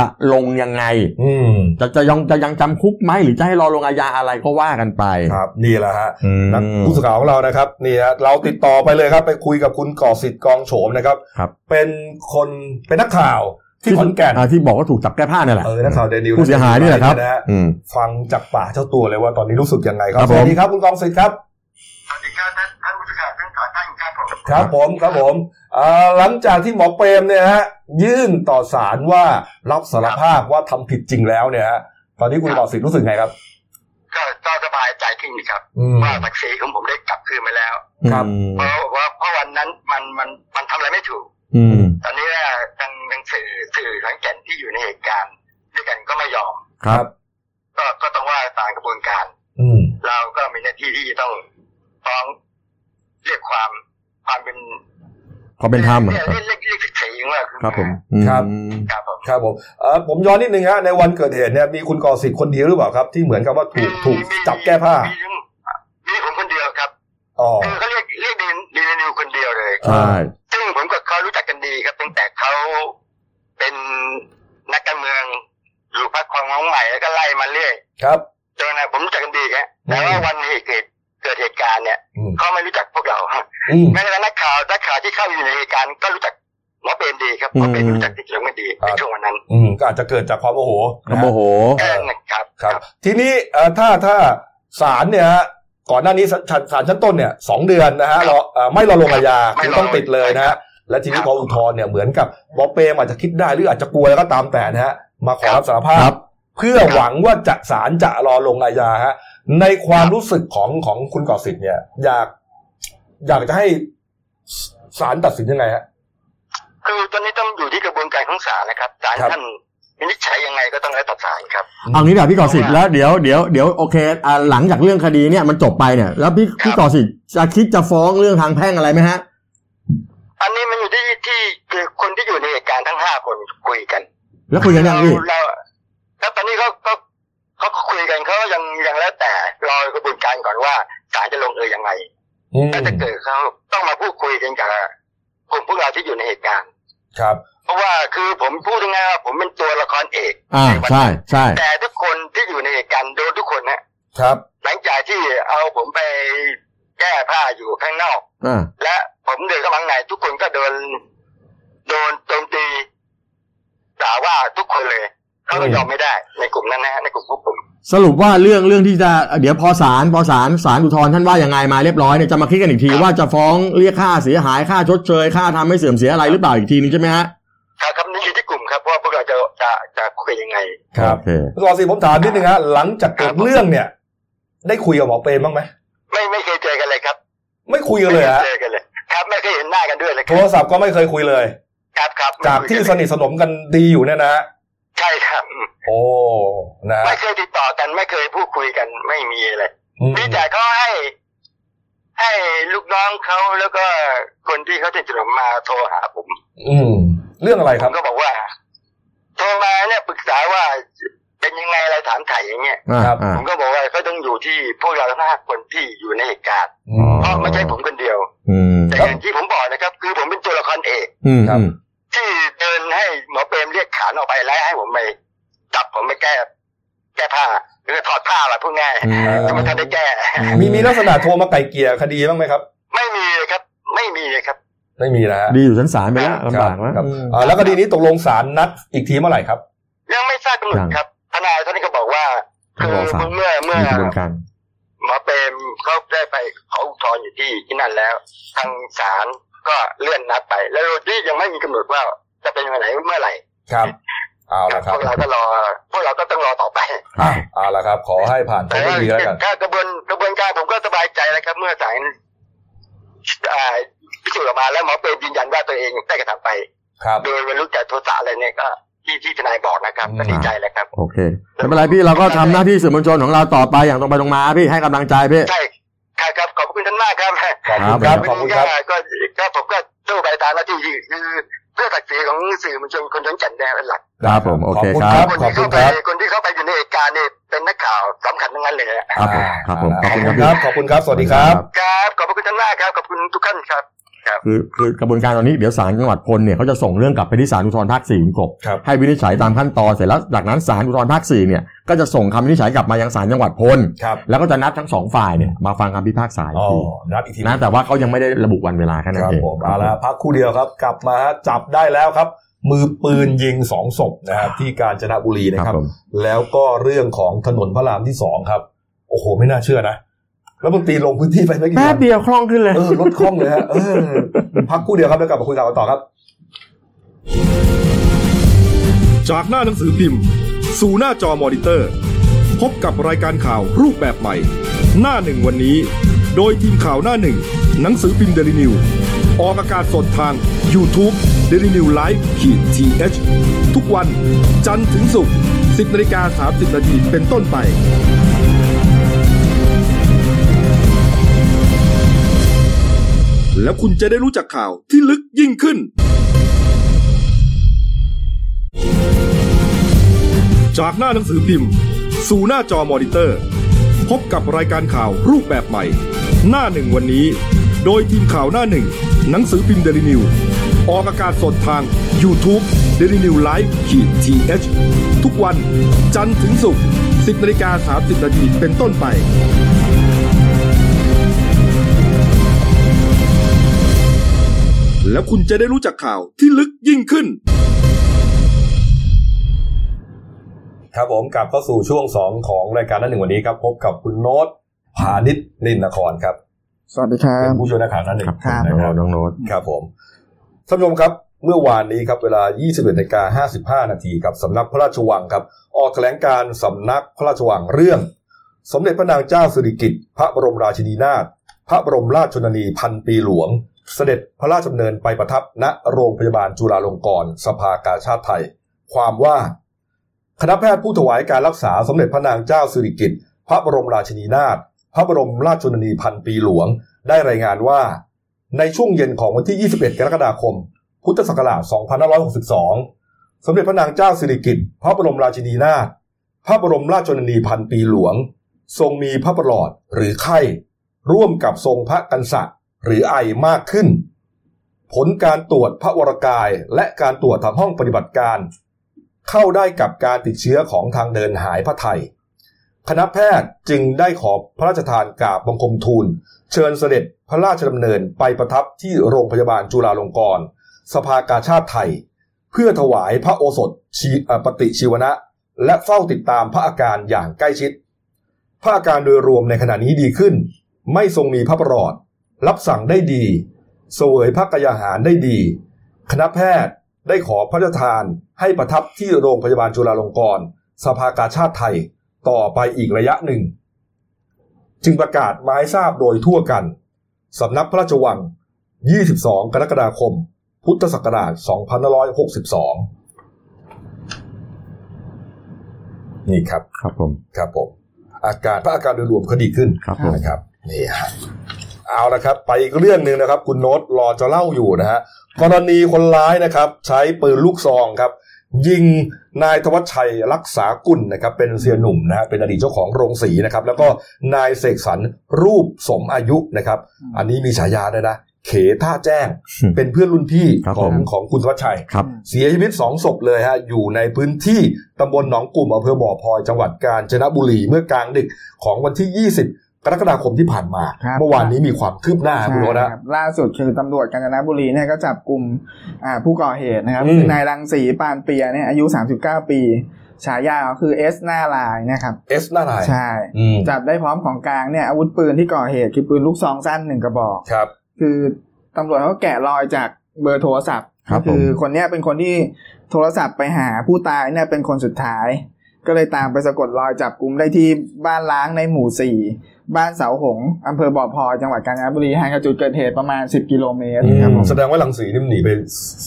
Speaker 2: จะลงยังไง
Speaker 1: อืม
Speaker 2: จะจะยังจะยังจำคุกไหมหรือจะให้รอลงอาญาอะไรก็ว่ากันไป
Speaker 1: ครับนี่แหละฮะ
Speaker 2: อืม
Speaker 1: นักผู้สื่อข่าวของเรานะครับนี่ฮะเราติดต่อไปเลยครับ ไปคุยกับคุณก่อสิทธิ์กองโฉมนะครับ
Speaker 2: ครับ
Speaker 1: เป็นคนเป็นนักข่าวที่ขอนแก่นา
Speaker 2: ที่บอกว่าถูกจับแก้ผ้าเนี่ยแหละ
Speaker 1: เออนักข่าวเดนิว
Speaker 2: ผู้เสียหายนี่แหละครับ
Speaker 1: ฮ
Speaker 2: อืม
Speaker 1: ฟังจากปากเจ้าตัวเลยว่าตอนนี้รู้สึกยังไงครั
Speaker 2: ครับ บ
Speaker 1: ส
Speaker 2: ผม
Speaker 1: วัสดีครับคุณกองสิทธิ์ครับ
Speaker 4: สวัสดีครับท่านท่านผู้สื่อข่าวทั้งสองท่านครับผม
Speaker 1: ครับผมครับผมเอ่อหลังจากที่หมอเปรมเนี่ยฮะยื่นต่อศาลว่ารับสารภาพว่าทำผิดจริงแล้วเนี่ยฮะตอนนี้คุณก่อสิทธิ์รู้สึกไงครับ
Speaker 4: ก็ก็สบายใจขึ้นครับ
Speaker 1: อืม
Speaker 4: ว่าศักดิ์ศรีของผมได้กลับคืนมาแล้ว
Speaker 1: ครับ
Speaker 4: เพราะว่าเพราะวันนั้นมันมันมันทำอะไรไม่ถูก
Speaker 2: อืม
Speaker 4: ตอนนี้ว่าทางทางสื่อสื่อหลังแก่นที่อยู่ในเหตุการณ์ด้วยกันก็ไม่ยอม
Speaker 2: ครับ
Speaker 4: ก็ก็ต้องว่าตามกระบวนการ
Speaker 1: อืม
Speaker 4: เราก็มีหน้าที่ที่ต้องฟ้องเรียกความความเป็น
Speaker 2: ความเป็นธรรม
Speaker 4: เรียกเรียกเรียกเรียกศักดิ์ศรีว่า
Speaker 2: ครับผม
Speaker 4: ครับผม
Speaker 1: ครับผมเอ่อผมย้อนนิดนึงฮะในวันเกิดเหตุเนี่ยมีคุณก่อสิทธิ์คนเดียวหรือเปล่าครับที่เหมือนกับว่าถูกถูกจับแก้ผ้า
Speaker 4: มีทั้งมีผมคนเดียวครับ
Speaker 1: อ๋อ
Speaker 4: คือเขาเรียกเรียกดีดีเรนิวคนเดียวเลย
Speaker 2: ใช่
Speaker 4: ซึ่งผมกับเขารู้จักกันดีครับตั้งแต่เขาเป็นนักการเมืองอยู่พรรคความหวังใหม่แล้วก็ไล่มาเรื่อย
Speaker 1: ครับ
Speaker 4: จนนะผมรู้จักกันดีครับแต่ว่าวันนี้เกิดเกิดเหตุการณ์เนี่ย
Speaker 1: อืม
Speaker 4: เขาไม่รู้จักพวกเรา
Speaker 1: อืม
Speaker 4: แม้แต่นักข่าวนักข่าวที่เข้าอยู่ในเหตุการณ์ก็รู้จักหมอเปรมดีครับหมอเปรม
Speaker 2: อืม
Speaker 4: รู้จักที่เขียงกันดีในช่วงวันนั้น
Speaker 1: อืมก็อาจจะเกิดจากความโมโห
Speaker 2: ขโมโห
Speaker 4: แค่นั้นครับ
Speaker 1: ครับ ทีนี้เอ่อถ้าถ้าศาลเนี่ยฮะก่อนหน้านี้ศาลศาลชั้นต้นเนี่ยสองเดือนนะฮะรอเอ่อไม่รอลงอาญา
Speaker 4: ไม่
Speaker 1: คือ
Speaker 4: รอ
Speaker 1: ต้องติดเลยนะฮะและทีนี้พออุทธรณ์เนี่ยเหมือนกับหมอเปรมอาจจะคิดได้หรืออาจจะกลัวแล้วก็ตามแต่นะฮะมาขอรับสารภา
Speaker 2: ค
Speaker 1: พ
Speaker 2: รับ
Speaker 1: เพื่อหวังว่าจะศาลจะรอลงอาญาฮะในความรู้สึกของของคุณก่อสิทธิ์เนี่ย อยาก อยากจะให้ศาลตัดสินยังไงฮะ
Speaker 4: คือตอนนี้ต้องอยู่ที่กระบวนการของศาลนะครับศาล
Speaker 1: ครับ
Speaker 4: ท่านวินิจฉัยยังไงก็ต้องแล้วแต่ศาลครับ
Speaker 2: เอางี้เดี๋ยวพี่ก่อสิทธิ์แล้วเดี๋ยวเดี๋ยวเดี๋ยวโอเคอ่าหลังจากเรื่องคดีเนี่ยมันจบไปเนี่ย แล้วพี่พี่ก่อสิทธิ์จะคิดจะฟ้องเรื่องทางแพ่งอะไรไหมฮะ
Speaker 4: อันนี้มันอยู่ที่ที่คือคนที่อยู่ในเหตุการณ์ทั้งห้าคนคุยกัน
Speaker 2: แล้วคุยกันยังพี่
Speaker 4: เราแล้วตอนนี้เขาก็เขาก็คุยกันเขาก็ยังยังแล้วแต่รอกระบวนการก่อนว่าศาลจะลงเอยยังไง
Speaker 1: อืม
Speaker 4: ถ้าจะเกิดเขาต้องมาพูดคุยกันกับกลุ่มพวกเราที่อยู่ในเหตุการณ์
Speaker 1: ครับ
Speaker 4: เพราะว่าคือผมพูดง่ายๆว่าผมเป็นตัวละครเอก
Speaker 2: อ่า
Speaker 4: ในวัน
Speaker 2: ใช่
Speaker 4: นั้น
Speaker 2: ใช่
Speaker 4: แต่ทุกคนที่อยู่ในเหตุการณ์โดนทุกคนนะครับ หลังจากที่เอาผมไปแก้ผ้าอยู่ข้างนอก
Speaker 2: อ่า
Speaker 4: และผมเดินเข้ามาข้างในทุกคนก็โดนโดนโจมตีด่าว่าทุกคนเลยเขาก็ยอมไม่ได้ในกลุ่มนั้นนะฮะในกลุ่มพวกผม
Speaker 2: สรุปว่าเรื่องเรื่องที่จะเดี๋ยวพอศาลพอศาลศาลอุทธรณ์ท่านว่ายังไงมาเรียบร้อยเนี่ยจะมาคิดกันอีกทีว่าจะฟ้องเรียกค่าเสียหายค่าชดเชยค่าทำให้เสื่อมเสียอะไรหรือเปล่าอีกทีนึงใช่ไหมฮะ
Speaker 4: ครับครับนี่อยู่ที่กลุ่มครับว่าพวกเราจะจะจะคุยยังไง
Speaker 1: ครับ
Speaker 2: โอเค
Speaker 1: คุณกอสิทธิ์ผมถามนิดนึงฮะหลังจากเกิดเรื่องเนี่ย ได้คุยกับหมอเปรมบ้างไหม
Speaker 4: ไม่ไม่เคยเจอกันเลยครับ
Speaker 1: ไม่คุยกัน
Speaker 4: ไม่
Speaker 1: เลย
Speaker 4: เคย
Speaker 1: ฮะ
Speaker 4: เจอกันเลย ครับไม่เคยเห็นหน้ากันด้วยเลยค
Speaker 1: โท
Speaker 4: รั
Speaker 1: ร
Speaker 4: บ
Speaker 1: ศัพท์ก็ไม่เคยคุยเลย
Speaker 4: ครับครับไม่
Speaker 1: จาก
Speaker 4: คุย
Speaker 1: ที่
Speaker 4: เลย
Speaker 1: สนิทสนมกันดีอยู่เนี่ยนะฮะ
Speaker 4: ใช่ครับอืม
Speaker 1: โอ้นะฮะ
Speaker 4: ไม่เคยติดต่อกัน ไม่เคยพูดคุยกันไม่มีเลย
Speaker 1: อืม
Speaker 4: มีแต่เขาให้ ให้ลูกน้องเขาแล้วก็คนที่เขาติดต่อมาโทรหาผม
Speaker 1: อืม เรื่องอะไร
Speaker 4: ผ
Speaker 1: ครั
Speaker 4: ม
Speaker 1: บ
Speaker 4: ก็บอกว่า โทรมาเนี่ยปรึกษาว่าเป็นยังไงอะไรถามถ่ายอย่างเงี้ย
Speaker 2: อ่า
Speaker 1: ครับ
Speaker 2: อ่า
Speaker 4: ผมก็บอกว่าก็ต้องอยู่ที่พวกเราทั้งห้าคนที่อยู่ในเหตุการณ์
Speaker 1: อืม
Speaker 4: เพ
Speaker 2: อ๋อ
Speaker 4: ราะไม่ใช่ผมคนเดียว
Speaker 2: อืม
Speaker 4: แต่อย่างที่ผมบอกนะครับ คือผมเป็นตัวละครเอก
Speaker 2: อืม
Speaker 1: ครับ
Speaker 2: อืม
Speaker 4: ที่เดินให้หมอเปรมเรียกขานออกไปไล่ให้ผมไปจับผมไปแก้ แก้ผ้าหรือถอดผ้าอะไรพวกง่าย
Speaker 2: อืม
Speaker 4: จะไม่ทันได้แก้
Speaker 1: มีมีลักษณะโทรมาไกลเกลี่ยคดีบ้างไหมครับ
Speaker 4: ไม่มีเลยครับ ไม่มีเลยครับ
Speaker 1: ไม่มีนะฮะ
Speaker 2: ดีอยู่ชั้นศาลไปแล้วลำบากแล้ว
Speaker 1: ครับ
Speaker 2: อืม
Speaker 1: อ่าแล้วคดีนี้ตกลงศาลนัดอีกทีเมื่อไหร่ครับ
Speaker 4: ยังไม่ทราบกำหนด
Speaker 2: ยัง
Speaker 4: ครับทนายท่านนก็บอกว่า
Speaker 2: ต้อง
Speaker 4: คื
Speaker 2: รอศาล
Speaker 4: เมื่อเมื่อ
Speaker 2: มีกระบวนการ
Speaker 4: หมอเปรมเขาได้ไปขออุทธรณ์อยู่ที่ที่นั่นแล้ว ทางศาลก็เลื่อนนัดไป แล้วโดยที่ยังไม่มีกำหนดว่าจะเป็นวันไหนเมื่อไหร่
Speaker 1: ครับ เอาละค
Speaker 4: พ
Speaker 1: รับ
Speaker 4: วกเราก็รอ พวกเราก็ต้องรอต่อไป
Speaker 1: อ่ะเอาละครับ ขอให้ผ่านไป
Speaker 4: แต่
Speaker 1: ด้ว
Speaker 4: ว่าย
Speaker 1: ดีแล้วกัน
Speaker 4: ถ้ากระบวนกระบวนการผมก็สบายใจแล้วครับ เมื่อสายอ่าพิสูจน์ออกมาแล้วหมอเปรมยืนยันว่าตัวเองได้กระทำไป
Speaker 1: ครับ
Speaker 4: โดยไม่รู้จักโทษะอะไรเนี่ยก็ที่ที่ทนายบอกนะครับก็ดีใจแล้วครับ
Speaker 2: โอเคไม่เป็นไรพี่เราก็ทำหน้าที่สื่อมวลชนของเราต่อไปอย่างตรงไปตรงมาพี่ให้กำลังใจพี่
Speaker 4: ใช่ครับครับขอบคุณท่านมากครับ
Speaker 1: ครับครับขอบคุณครับ
Speaker 4: ก็ก็ผมก็สู้ไปตามหน้าที่คือเพื่อศักดิ์ศรีของสื่อมวลชนคนทั้งจันแดงเป็นหลัก
Speaker 2: ครับผมโอเคครับ
Speaker 4: คน
Speaker 1: ขอบ
Speaker 4: ที่
Speaker 1: คุณ
Speaker 4: เข้าไป
Speaker 1: ครับ
Speaker 4: คนที่เข้าไปอยู่ในเหตุการณ์เนี่ยเป็นนักข่าวสำคัญทั้งนั้นเลยอะ
Speaker 2: ครับผมครับผมขอบคุณครับพี่
Speaker 1: ขอบคุณครับ สวัสดีครับ
Speaker 4: ครับขอบคุณท่านมากครับขอบคุณทุกท่านครับ
Speaker 2: คือคือกระบวนการตอนนี้เดี๋ยวศาลจังหวัดพลเนี่ยเขาจะส่งเรื่องกลับไปที่ศาลอุทธรภาคสี่คุณกบ
Speaker 1: ครับ
Speaker 2: ให้วินิจฉัยตามขั้นตอนเสร็จแล้วจากนั้นศาลอุทธรภาคสี่เนี่ยก็จะส่งคำวินิจฉัยกลับมายังศาลจังหวัดพล
Speaker 1: ครับ
Speaker 2: แล้วก็จะนัดทั้งสองฝ่ายเนี่ยมาฟังคำพิพากษาอี
Speaker 1: อ๋
Speaker 2: ก
Speaker 1: อ
Speaker 2: ที
Speaker 1: นัดอีกที
Speaker 2: นะแต่ว่าเขายังไม่ได้ระบุวันเวลาแค่นั้
Speaker 1: คน รับ
Speaker 2: เอง
Speaker 1: ผมเอาละพักครู่เดียวครับ กลับมาฮะจับได้แล้วครับ มือปืนยิงสองศพนะครับที่กาญจนบุรีนะ
Speaker 2: ค
Speaker 1: ครั
Speaker 2: รับบ ผม
Speaker 1: แล้วก็เรื่องของถนนพระรามที่สองครับ โอ้โห ไม่น่าเชื่อนะแล้วมนตรีลงพื้นที่ไปไม่กี่
Speaker 2: แป๊
Speaker 1: วั
Speaker 2: บ
Speaker 1: น
Speaker 2: เดียวคล่องขึ้นเลย
Speaker 1: เออรถคล่องเลยฮะเออพักครู่เดียวครับแล้วกลับมาคุยข่าวกันต่อครับ
Speaker 5: จากหน้าหนังสือพิมพ์ สู่หน้าจอมอนิเตอร์ พบกับรายการข่าวรูปแบบใหม่ หน้าหนึ่งวันนี้ โดยทีมข่าวหน้าหนึ่ง หนังสือพิมพ์เดลิวิวออกอากาศสดทาง y o u t u เด d ิวิวไลฟ์ขีดทีเทุกวันจันทร์ถึงศุกร์10นาฬิกา30นาทีเป็นต้นไป แล้วคุณจะได้รู้จักข่าวที่ลึกยิ่งขึ้น จากหน้าหนังสือพิมพ์ สู่หน้าจอมอนิเตอร์ พบกับรายการข่าวรูปแบบใหม่ หน้าหนึ่งวันนี้ โดยทีมข่าวหน้าหนึ่ง หนังสือพิมพ์เดลิวิวออกอากาศสดทาง y o u t u เด d ิวิวไลฟ์ขีดทีเทุกวันจันทร์ถึงศุกร์10นาฬิกา30นาทีเป็นต้นไป แล้วคุณจะได้รู้จักข่าวที่ลึกยิ่งขึ้น
Speaker 1: ครับผมกลับเข้าสู่ช่วง 2 ของรายการนั้นหนึ่งวันนี้ครับพบกับคุณโน้ตพานิชนินนครครับ
Speaker 3: สวัสดีครั
Speaker 1: เป็
Speaker 3: บ
Speaker 1: นผู้ช่วยนักข่าวนั้นหนึ่ง
Speaker 3: ครับ
Speaker 1: นะค
Speaker 2: น้
Speaker 1: รั
Speaker 2: อบ งโน้ตน้องโน้ต
Speaker 1: ครับผมท่านผู้ชมครับเมื่อวานนี้ครับเวลา 21นาฬิกา55 นาทีครับสำนักพระราชวังครับ ออกแถลงการณ์สำนักพระราชวังเรื่อง สมเด็จพระนางเจ้าสิริกิติ์พระบรมราชินีนาถพระบรมราชชนนีพันปีหลวง เสด็จพระราชดำเนินไปประทับณโรงพยาบาลจุฬาลงกรณ์สภากาชาติไทย ความว่าคณะแพทย์ผู้ถวายการรักษาสมเด็จพระนางเจ้าสิริกิติ์พระบรมราชินีนาถพระบรมราชชนนีพันปีหลวง ได้รายงานว่า ในช่วงเย็นของวันที่ 21 กรกฎาคม พุทธศักราช 2562 สมเด็จพระนางเจ้าสิริกิติ์พระบรมราชินีนาถพระบรมราชชนนีพันปีหลวง ทรงมีพระประหลอดหรือไข้ ร่วมกับทรงพระกันสะหรือไอมากขึ้น ผลการตรวจพระวรกายและการตรวจทางห้องปฏิบัติการ เข้าได้กับการติดเชื้อของทางเดินหายพระไทย คณะแพทย์จึงได้ขอพระราชทานกราบบังคมทูล เชิญเสด็จพระราชดำเนินไปประทับที่โรงพยาบาลจุฬาลงกรณ์สภากาชาติไทย เพื่อถวายพระโอสถชีเอ่อปฏิชีวนะ และเฝ้าติดตามพระอาการอย่างใกล้ชิด พระอาการโดยรวมในขณะนี้ดีขึ้น ไม่ทรงมีพระประหลอด รับสั่งได้ดี เสวยพระกายาหารได้ดี คณะแพทย์ได้ขอพระราชทานให้ประทับที่โรงพยาบาลจุฬาลงกรณ์สภากาชาติไทย ต่อไปอีกระยะหนึ่ง จึงประกาศมาให้ทราบโดยทั่วกัน สำนักพระราชวัง 22 กรกฎาคม พุทธศักราช 2562 นี่ครับ
Speaker 2: ครับผม
Speaker 1: ครับผม อาการพระอาการโดยรวมก็ดีขึ้น
Speaker 2: ครับผม
Speaker 1: นะครับ นี่ฮะ เอาละครับ ไปอีกเรื่องหนึ่งนะครับ คุณโน้ตรอจะเล่าอยู่นะฮะกรณีคนร้ายนะครับ ใช้ปืนลูกซองครับ ยิงนายธวัชชัยรักษากุลนะครับ เป็นเสียหนุ่มนะฮะเป็นอดีตเจ้าของโรงสีนะครับ แล้วก็นายเสกสรรรูปสมอายุนะครับ อันนี้มีฉายาด้วยนะ เขท่าแจ้ง เป็นเพื่อนรุ่นพี่
Speaker 2: ครับ
Speaker 1: ขอ
Speaker 2: ผ
Speaker 1: ง
Speaker 2: ม
Speaker 1: ของคุณธวัชชัย
Speaker 2: ครับ
Speaker 1: เสียชีวิตสองศพเลยฮะอยู่ในพื้นที่ตำบลหนองกลุ่มอำเภอบ่อพลอยจังหวัดกาญจนบุรีเมื่อกลางดึกของวันที่ 20 กรกฎาคมที่ผ่านมา
Speaker 6: ครับ
Speaker 1: เมื่อวานนี้มีความคืบหน้าคุณโรนะ
Speaker 6: ใช่ครับล่าสุดคือตำรวจกาญจนบุรีเนี่ยก็จับกลุ่มอ่าผู้ก่อเหตุนะครับ
Speaker 1: อืม
Speaker 6: คือนายรังสีปานเปียเนี่ยอายุ 39 ปี ฉายาก็คือเอสหน้าลายนะครับ
Speaker 1: เอสหน้าลาย
Speaker 6: ใช่
Speaker 1: อืม
Speaker 6: จับได้พร้อมของกลางเนี่ยอาวุธปืนที่ก่อเหตุคือปืนลูกซองสั้นหนึ่งกระบอก
Speaker 1: ครับ
Speaker 6: คือตำรวจเขาแกะรอยจากเบอร์โทรศัพท์
Speaker 2: ครับ
Speaker 6: ก็คือ
Speaker 2: ผม
Speaker 6: คนเนี้ยเป็นคนที่โทรศัพท์ไปหาผู้ตายเนี่ยเป็นคนสุดท้าย ก็เลยตามไปสะกดรอยจับกลุ่มได้ที่บ้านล้างในหมู่สี่บ้านเสาหงส์อำเภอบ่อพลอยจังหวัดกาญจนบุรีห่างจากจุดเกิดเหตุประมาณ 10 กิโลเมตรครับผม
Speaker 1: แสดงว่าหลังสีนี่มันหนีไป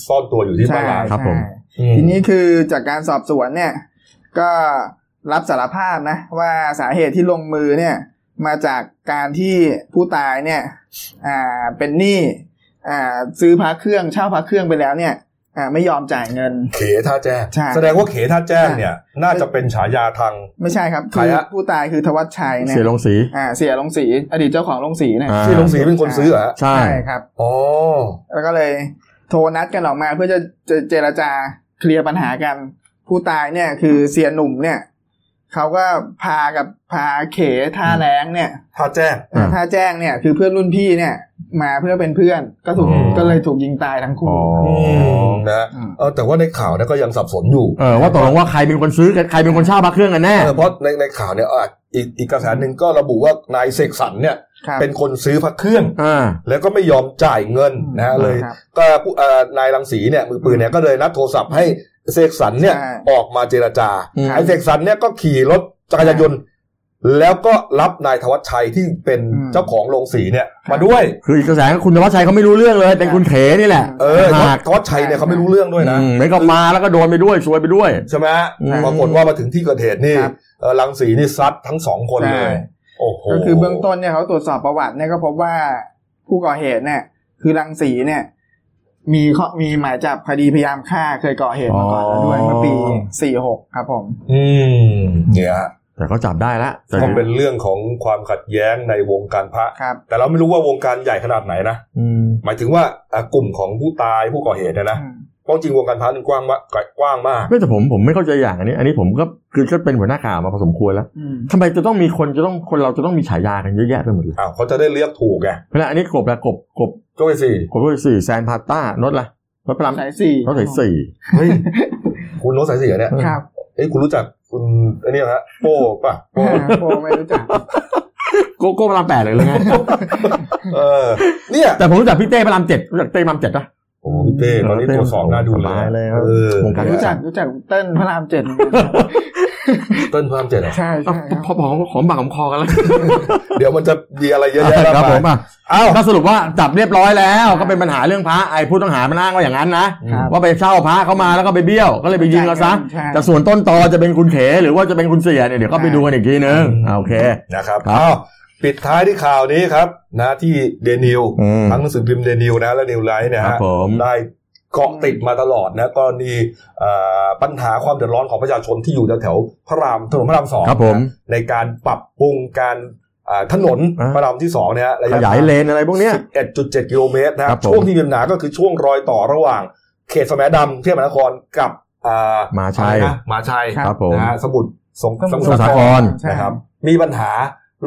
Speaker 1: ซ่อนตัวอยู่ที่บ้านลาง
Speaker 6: ใช่
Speaker 2: ครับผม
Speaker 6: ใช่
Speaker 1: อืม
Speaker 6: ทีนี้คือจากการสอบสวนเนี่ยก็รับสารภาพนะ ว่าสาเหตุที่ลงมือเนี่ยมาจากการที่ผู้ตายเนี่ยอ่าเป็นหนี้อ่าซื้อพระเครื่องเช่าพระเครื่องไปแล้วเนี่ยอ่าไม่ยอมจ่ายเงิน
Speaker 1: เขท่าแจ้ง
Speaker 6: ใช่
Speaker 1: แสดงว่าเขท่าแจ้ง
Speaker 6: ใช่
Speaker 1: เนี่ย น่าจะเป็นฉายาทาง
Speaker 6: ไม่ใช่ครับ
Speaker 1: ใคร
Speaker 6: คือ
Speaker 1: ฮะ
Speaker 6: ผู้ตายคือธวัชชัยเนี่
Speaker 2: เสียลงสี
Speaker 6: อ่าเสียลงสีอดีตเจ้าของลงสีเนี่ย
Speaker 2: อ่า
Speaker 1: ที่หลงสีเป็นคนซื้อเหรอฮะ
Speaker 2: ใช่
Speaker 6: ใช่ครับ
Speaker 1: อ๋อ
Speaker 6: แล้วก็เลยโทรนัดกันออกมาเพื่อจะจะเจรจาเคลียร์ปัญหากัน ผู้ตายเนี่ยคือเสียหนุ่มเนี่ยเขาก็พากับพาเขท่าแรงเนี่ย
Speaker 1: ท่าแจ้ง
Speaker 2: อ่า
Speaker 6: ท่าแจ้งเนี่ยคือเพื่อนรุ่นพี่เนี่ย มาเพื่อเป็นเพื่อนก็ถูก
Speaker 1: อ๋อ
Speaker 6: ก็เลยถูกยิงตายทั้งคู่
Speaker 1: มนะฮะ
Speaker 6: อืม
Speaker 1: เออแต่ว่าในข่าวเนะก็ยังสับสนอยู่
Speaker 2: เออว่าตกลงว่าใครเป็นคนซื้อกับใครเป็นคนเช่าพระเครื่องกันแน่
Speaker 1: เออเพราะในในข่าวเนี่ยอ่ะอีกอีกกระแสหนึ่งก็ระบุว่านายเสกสรรเนี่ย
Speaker 6: ครับ
Speaker 1: เป็นคนซื้อพระเครื่อง
Speaker 2: อ่า
Speaker 1: แล้วก็ไม่ยอมจ่ายเงินนะฮะเลย
Speaker 6: ครับ
Speaker 1: ก็ผู้เอ่อนายรังสีเนี่ยมือปืนเนี่ยก็เลยนัดโทรศัพท์ให้เสกสรรเนี่ย
Speaker 6: ใช่
Speaker 1: ออกมาเจรจา
Speaker 2: อืม
Speaker 1: ไอ้เสกสรรเนี่ยก็ขี่รถจักรยานยนต์แล้วก็รับนายธวัชชัยที่เป็น
Speaker 6: อืม
Speaker 1: เจ้าของโรงสีเนี่ยมาด้วย
Speaker 2: คืออีกกระแสก็คุณธวัชชัยเขาไม่รู้เรื่องเลย เป็นคุณเขนี่แหละ
Speaker 1: เออ
Speaker 2: หาก
Speaker 1: ธวัชชัยเนี่ยเขาไม่รู้เรื่องด้วยนะ
Speaker 2: อืมไม่ก็มาแล้วก็โดนไปด้วยซวยไปด้วย
Speaker 1: ใช่ไหมฮะ
Speaker 2: อืม
Speaker 1: ปรากฏว่ามาถึงที่เกิดเหตุนี่
Speaker 6: ครับ
Speaker 1: เอ่อรังสีนี่ซัดทั้งสองคนเล
Speaker 6: ใช่
Speaker 1: ย โอ้โห
Speaker 6: ก็คือเบื้องต้นเนี่ยเขาตรวจสอบประวัติเนี่ยก็พบว่าผู้ก่อเหตุเนี่ย คือรังสีเนี่ย มีข้อมีหมายจับคดีพยายามฆ่าเคยก่อเหตุมาก่อนแล้วด้วยเมื่อปีสี่หกครับผม
Speaker 1: อืมเนี่ยฮะ
Speaker 2: แต่เขาจับได้ละแต่
Speaker 1: ก็เป็นเรื่องของความขัดแย้งในวงการพระ
Speaker 6: ครับ
Speaker 1: แต่เราไม่รู้ว่าวงการใหญ่ขนาดไหนนะ
Speaker 2: อืม
Speaker 1: หมายถึงว่าอ่ะกลุ่มของผู้ตายผู้ก่อเหตุเนี่ยนะเพราะจริงวงการพระมันกว้างมากกว้างมาก
Speaker 2: ไม่แต่ผมผมไม่เข้าใจอย่างอันนี้ อันนี้ผมก็คือก็เป็นหัวหน้าข่าวมาพอสมควรแล้ว
Speaker 6: อืม
Speaker 2: ทำไมจะต้องมีคนจะต้องคนเราจะต้องมีฉายากันเยอะแยะไปหมดเลย
Speaker 1: อ้าวเขาจะได้เลือกถูกไง
Speaker 2: เพราะฉะนั้นอันนี้กบละกบกบ
Speaker 1: ก็ไปสิ
Speaker 2: กบด้วยสี่แซนพาต้านดละรถพลัม
Speaker 6: สายสี่
Speaker 2: รถสายสี่
Speaker 1: เฮ้ยคุณโน้ตสายเสียเนี่ย
Speaker 6: ครับ
Speaker 1: เอ้ยคุณรู้จักคุณไอันนี้ฮะโป้ป่ะโป้
Speaker 6: อ่าโปรไม่รู้จัก
Speaker 2: โกโก้พลัมแปดเลยเลยไง
Speaker 1: เออ เนี่ย
Speaker 2: แต่ผมรู้จักพี่เต้พลัมเจ็ดรู้จักเต้พลัมเจ็ดปะ
Speaker 1: โอ้โหพี่เต้ตอนนี้ตรวจสอบหน้าดู
Speaker 2: สบายเลยครับ
Speaker 1: เออ
Speaker 2: วงการ
Speaker 6: รู้จักรู้จักเต้นพระรามเจ็ด
Speaker 1: เต้นพระรามเจ็ดเหรอ
Speaker 6: ใช่ใช่ครับ
Speaker 2: พอพอหอมปากหอมคอกันแล้ว
Speaker 1: เดี๋ยวมันจะมีอะไรเยอะแยะมาก
Speaker 2: ครับผม
Speaker 1: าย
Speaker 2: มอ่ะ
Speaker 1: อ้าว
Speaker 2: ก็สรุปว่าจับเรียบร้อยแล้ว ก็เป็นปัญหาเรื่องพระไอ้ผู้ต้องหามันอ้างว่าอย่างนั้นนะครับ ว่าไปเช่าพระเขามาแล้วก็ไปเบี้ยวก็เลยไปยิงเขาซะ
Speaker 6: ใช่
Speaker 2: แต่ส่วนต้นตอจะเป็นคุณเขหรือว่าจะเป็นคุณเสียเนี่ยเดี๋ยวก็ไปดูกันอีกทีนึงอ่าโอเค
Speaker 1: นะครับ
Speaker 2: ครับ
Speaker 1: อ้าวปิดท้ายที่ข่าวนี้ครับนะที่เดนิว
Speaker 2: อืม
Speaker 1: ทั้งหนังสือพิมพ์เดนิวนะและนิวไลท์เนะ
Speaker 2: ครั
Speaker 1: ฮะ
Speaker 2: บผม
Speaker 1: ได้เกาะติดมาตลอดนะกรณีเอ่อปัญหาความเดือดร้อนของประชาชนที่อยู่แถวๆพระรามถนนพระรามสอง
Speaker 2: ครับผม
Speaker 1: ในการปรับปรุงการอ่าถนน
Speaker 2: อ่า
Speaker 1: พระรามที่สองเนี่ยฮะระ
Speaker 2: ข
Speaker 1: ยะ
Speaker 2: ยายเลนอะไรพวกเนี้ย
Speaker 1: 11.7 กิโลเมตรนะฮะ
Speaker 2: ครับผม
Speaker 1: ช่วงที่มีปัญหาก็คือช่วงรอยต่อระหว่าง เขตสมัยดำเทพมหานครกับอ่า
Speaker 2: มาใช่
Speaker 1: อะไรนะมหาชัย
Speaker 2: ครับผม
Speaker 1: นะฮะสมุทรสงสมุท
Speaker 2: ส
Speaker 1: ร
Speaker 2: มุทร
Speaker 1: สา
Speaker 2: สา
Speaker 1: ค
Speaker 2: ค
Speaker 1: ร
Speaker 2: ร
Speaker 6: ใช่
Speaker 1: นะครับมีปัญหา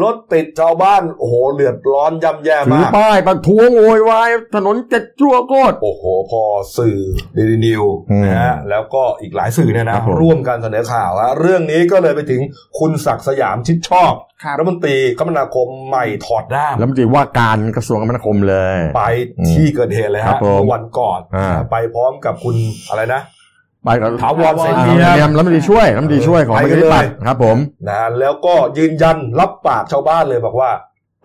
Speaker 1: รถติดชาวบ้านโอ้โหเดือดร้อนย่ำแย่
Speaker 2: ถือ
Speaker 1: มาก
Speaker 2: ป้ายประท้วงโวยวายถนนเจ็ดชั่วโคตร
Speaker 1: โอ้โห พอสื่อเดลินิว
Speaker 2: อืม
Speaker 1: นะฮะแล้วก็อีกหลายสื่อเนี่ย
Speaker 2: ครั
Speaker 1: นะ
Speaker 2: บผม
Speaker 1: ร่วมกันเสนอข่าวฮะเรื่องนี้ก็เลยไปถึงคุณศักดิ์สยามชิดชอบ
Speaker 6: ครับ
Speaker 1: รัฐมนตรีคมนาคมใหม่ถอดด้าม
Speaker 2: แล้วมันจะว่าการกระทรวงคมนาคมเลย
Speaker 1: ไปที่เกิดเหตุเลย
Speaker 2: ค
Speaker 1: ฮะ
Speaker 2: รับผม
Speaker 1: เมื่อวันก่อน
Speaker 2: อ่า
Speaker 1: ไปพร้อมกับคุณอะไรนะ
Speaker 2: ไปกับ
Speaker 1: ถาวรเส
Speaker 2: อ่า
Speaker 1: นียม
Speaker 2: เนียมแล้วมันดีช่วยแล้วมันดีช่วยของ
Speaker 1: ไป
Speaker 2: ป
Speaker 1: กั
Speaker 2: ระชาน ธิ
Speaker 1: เลย
Speaker 2: ปัตย์ครับผม
Speaker 1: นะฮะแล้วก็ยืนยันรับปากชาวบ้านเลยบอกว่า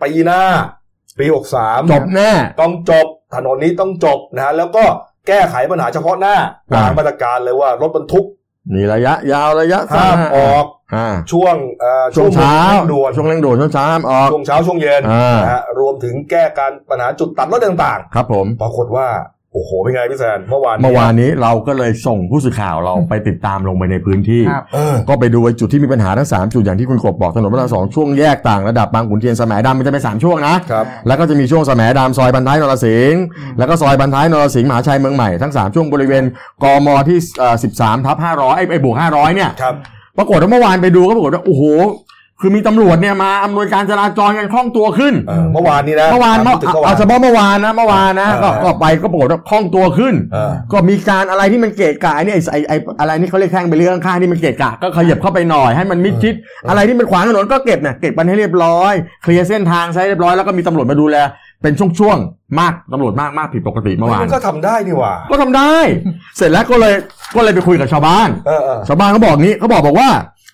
Speaker 1: ปีหน้าปีหกสาม
Speaker 2: จบแน่
Speaker 1: ต้องจบถนนนี้ต้องจบนะฮะแล้วก็แก้ไขปัญหาเฉพาะหน้า
Speaker 2: อ่า
Speaker 1: ตามมาตรการเลยว่ารถบรรทุก
Speaker 2: นี่ระยะยาวระยะ
Speaker 1: ห้ามออก
Speaker 2: อ่า
Speaker 1: ช่วงเอ่อ
Speaker 2: ช่วงเช้า
Speaker 1: ร่งด่วน
Speaker 2: ช่วงเร่งด่วนช่วงเช้าห้ามออก
Speaker 1: ช่วงเช้าช่วงเย็น
Speaker 2: อ่าน
Speaker 1: นะฮะรวมถึงแก้การปัญหาจุดตัดรถต่าง
Speaker 2: ครับผม
Speaker 1: ๆ ปรากฏว่า โอ้โหเป็นไงพี่แซนเมื่อวาน
Speaker 2: เมื่อวานนี้เราก็เลยส่งผู้สื่อข่าวเราไปติดตามลงไปในพื้นที่
Speaker 6: ครับ
Speaker 1: เออ
Speaker 2: ก็ไปดูไอ้จุดที่มีปัญหาทั้ง 3 จุดอย่างที่คุณกบบอกถนนพระรามสองช่วงแยกต่างระดับบางขุนเทียนสมัยดำมันจะเป็น3ช่วงนะ
Speaker 1: ครับ
Speaker 2: แล้วก็จะมีช่วงสมัยดำซอยบรรท้ายนรสิงห์แล้วก็ซอยบรรท้ายนรสิงห์มหาชัยเมืองใหม่ทั้ง 3 ช่วงบริเวณกมที่เอ่อ13ทับ500ไอ้ไอ้บวก500เนี่ย
Speaker 1: ครับ
Speaker 2: ปรากฏว่าเมื่อวานไปดูก็ปรากฏว่าโอ้โห คือมีตำรวจเนี่ยมาอำนวยการจราจรกันคล่องตัวขึ้น
Speaker 1: เออเมื่อวานนี้นะ
Speaker 2: เมื่อวาน
Speaker 1: ต
Speaker 2: เมื่อ
Speaker 1: มที่ถึง
Speaker 2: เอาเฉ
Speaker 1: เมื่อวาน
Speaker 2: พาะเมื่อวานนะเมื่อวานนะก็
Speaker 1: อ่า
Speaker 2: ก็ไปก็ปรากฏว่าคล่องตัวขึ้น
Speaker 1: เออ
Speaker 2: ก็มีการอะไรที่มันเกะกะไอ้เนี่ยไอ้ไอ้ไอ้อะไรนี่เขาเรียกแข้งไปเรื่องข้างที่มันเกะกะก็ขยับเข้าไปหน่อยให้มันมิดชิด อะไรที่มันขวางถนนก็เก็บเนี่ยเก็บมันให้เรียบร้อย เคลียร์เส้นทางใช้เรียบร้อยแล้วก็มีตำรวจมาดูแล เป็นช่วงๆมากตำรวจมากมากผิดปกติเมื่อวาน
Speaker 1: มันก็ทำได้นี่หว่า
Speaker 2: ก็ทำได้ เสร็จแล้วก็เลยก็เลยไปคุยกับชาวบ้าน
Speaker 1: เออเออ
Speaker 2: ชาวบ้านเขาบอกนี้เขาบอกบอกว่า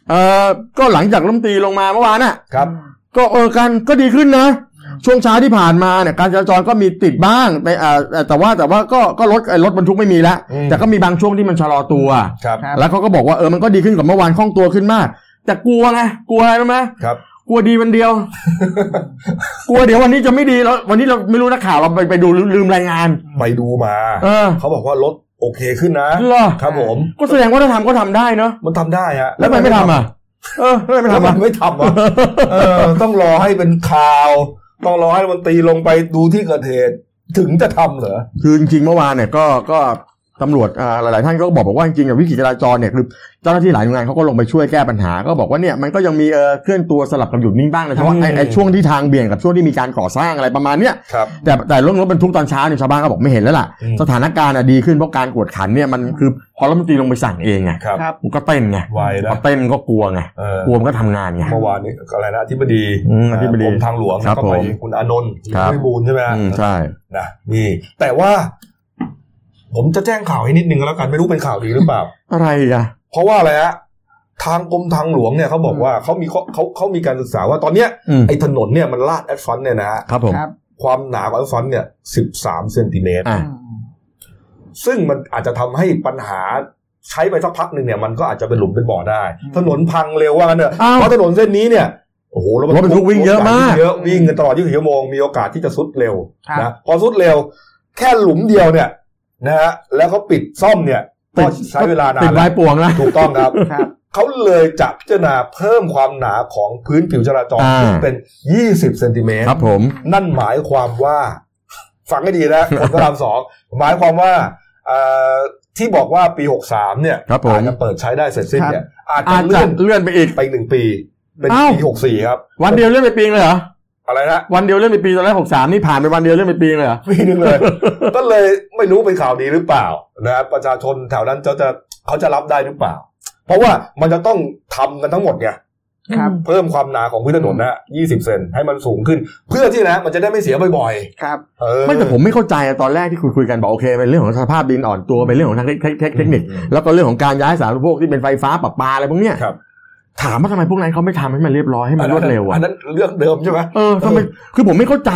Speaker 2: เออก็หลังจากรัฐมนตรีลงมาเมื่อวานน่ะ
Speaker 1: ครับ
Speaker 2: ก็เออการก็ดีขึ้นนะ ช่วงเช้าที่ผ่านมาเนี่ยการจราจรก็มีติดบ้างแต่อ่าแต่ว่าแต่ว่าก็ก็รถเอ่อรถบรรทุกไม่มีแล้ว
Speaker 1: อืม
Speaker 2: แต่ก็มีบางช่วงที่มันชะลอตัว
Speaker 1: ครับ
Speaker 6: ครับ
Speaker 2: แล้วเขาก็บอกว่าเออมันก็ดีขึ้นกว่าเมื่อวานคล่องตัวขึ้นมาก แต่กลัวไงกลัวอะไรรู้ไหม
Speaker 1: ครับ
Speaker 2: กลัวดีวัน เดียว กลัวเดี๋ยววันนี้จะไม่ดีแล้ววันนี้เราไม่รู้นักข่าวเราไปไปดูลืมลืมรายงาน
Speaker 1: ไปดูมา
Speaker 2: เออ
Speaker 1: เขาบอกว่ารถโอเคขึ้นนะ
Speaker 2: เหรอ
Speaker 1: ครับผม
Speaker 2: ก็แสดงว่าถ้าทำก็ทำได้เนอะ
Speaker 1: มันทำได้ฮะ
Speaker 2: แล้วทำไมไม่ทำอ่ะเออแล้วทำไมไม่
Speaker 1: แล้วมั
Speaker 2: ทำอ่ะ
Speaker 1: นไม่ทำอ่ะเออ ต้องรอให้เป็นข่าว ต้องรอให้รัฐมันตรีลงไปดูที่เกิดเหตุ ถึงจะทำเหรอ
Speaker 2: คือจริงๆเมื่อวานเนี่ยก็ก็ตำรวจอ่าหลายๆท่านก็บอกบอกว่าจริงๆอ่ะวิกฤตจราจรเนี่ยคือเจ้าหน้าที่หลายหน่วยงานเขาก็ลงไปช่วยแก้ปัญหา ก็บอกว่าเนี่ยมันก็ยังมีเออเคลื่อนตัวสลับกับหยุดนิ่งบ้างนะเฉพาะไอ้ไอ้ช่วงที่ทางเบี่ยงกับช่วงที่มีการก่อสร้างอะไรประมาณเนี้ย
Speaker 1: ครับ
Speaker 2: แต่แต่เรื่องรถบรรทุกตอนเช้าเนี่ยชาวบ้านก็บอกไม่เห็นแล้วล่ะ
Speaker 1: อืม
Speaker 2: สถานการณ์อะดีขึ้นเพราะการกวดขันเนี่ยมันคือพอรัฐมนตรีลงไปสั่งเองไง
Speaker 1: ครับ
Speaker 6: ครับ
Speaker 2: มันก็เต้นไง
Speaker 1: ไวนะ
Speaker 2: พอเต้นก็กลัวไง
Speaker 1: เออก
Speaker 2: ลัวมันก็ทำงานไง
Speaker 1: เมื่อวานนี้อะไรนะอธิบดี
Speaker 2: อืมอธิบดี
Speaker 1: กรมทางหลวง
Speaker 2: ครับ
Speaker 1: ก็ไป
Speaker 2: ผม
Speaker 1: คุณอานนท์
Speaker 2: ครับ
Speaker 1: วิบูลย์ใช่ไหมฮะ
Speaker 2: อืมใช่
Speaker 1: นะนี่ แต่ว่า ผมจะแจ้งข่าวให้นิดนึงก็แล้วกันไม่รู้เป็นข่าวดีหรือเปล่า
Speaker 2: อะไรอ่ะ
Speaker 1: เพราะว่าอะไรฮะทางกรมทางหลวงเนี่ยเขาบอกว่าเขามีข้อเขาเขามีการศึกษาว่าตอนเนี้ย
Speaker 2: อืม
Speaker 1: ไอ้ถนนเนี่ยมันลาดแอดฟันเนี่ยนะฮะ
Speaker 2: ครับผม
Speaker 6: ครับ
Speaker 1: ความหนาของแอดฟันเนี่ยสิบสามเซนติเมตร
Speaker 2: อ่ะ
Speaker 1: ซึ่งมันอาจจะทำให้ปัญหาใช้ไปสักพักหนึ่งเนี่ยมันก็อาจจะเป็นหลุมเป็นบ่อได้ ถนนพังเร็วว่ากันเถอะ
Speaker 2: อ้าว
Speaker 1: เพราะถนนเส้นนี้เนี่ยโอ้โห
Speaker 2: รถบรรทุกวิ่งเยอะมาก
Speaker 1: วิ่งเยอะวิ่งกันตลอด24ชั่วโมงมีโอกาสที่จะซุดเร็ว
Speaker 6: ครับ
Speaker 1: นะพอซุดเร็ว แค่หลุมเดียวเนี่ยนะฮะแล้วเขาปิดซ่อมเนี่ยก็ใช้เวลานาน
Speaker 2: ติด
Speaker 1: แล้ว
Speaker 2: ลา
Speaker 1: ย
Speaker 2: ป่วงนะ
Speaker 1: ถูกต้องครับ
Speaker 6: ครับ
Speaker 1: เขาเลยจะพิจารณาเพิ่มความหนาของพื้นผิวจราจร
Speaker 2: อ่า
Speaker 1: ขึ้นเป็น 20 เซนติเมตร
Speaker 2: ครับผม
Speaker 1: นั่นหมายความว่า ฟังให้ดีนะ คนพระรามสองหมายความว่าเอ่อที่บอกว่าปี 63 เนี่ย
Speaker 2: ครับผม
Speaker 1: อาจจะเปิดใช้ได้เสร็จสิ้นเนี่ย อาจจะ
Speaker 2: อาจจะ
Speaker 1: เลื่อน
Speaker 2: เลื่อนไปอีก
Speaker 1: ไปหนึ่งปี เป็น
Speaker 2: อ้าว
Speaker 1: ปี 64 ครับ
Speaker 2: วันเดียวเลื่อนไปปีนึงเลยเหรอ
Speaker 1: อะไรนะ
Speaker 2: วันเดียวเลื่อนไปปีตอนแรกหกสามนี่ผ่านไปวันเดียวเลื่อน ไปปีนึงเลยเหรอ
Speaker 1: ปีหนึงเลย ก็เลยไม่รู้เป็นข่าวดีหรือเปล่านะครับประชาชนแถวนั้นจะจะเขาจะรับได้หรือเปล่า เพราะว่ามันจะต้องทำกันทั้งหมดไง
Speaker 6: ครับ
Speaker 1: เพิ่มความหนาของพื้นถนนนะ 20 เซนให้มันสูงขึ้น เพื่อที่นะมันจะได้ไม่เสียบ่อย
Speaker 6: ครับ
Speaker 1: ๆ เออ
Speaker 2: ไม่แต่ผมไม่เข้าใจอะตอนแรกที่คุยคุยกันบอกโอเคเป็นเรื่องของสภาพดินอ่อนตัวเป็นเรื่องของทางเทคเทคเทคเทคนิค
Speaker 1: อืม
Speaker 2: แล้วก็เรื่องของการย้ายสารพวกที่เป็นไฟฟ้าปะปาอะไรพวกเนี้ย
Speaker 1: ครับ
Speaker 2: ถามว่าทำไมพวกนั้นเขาไม่ทำให้มันเรียบร้อยให้มันรวดเร็วอ่ะ
Speaker 1: นนั้นเรื่องเดิมใช่ไหม
Speaker 2: เออทำไมคือผมไม่เข้าใจ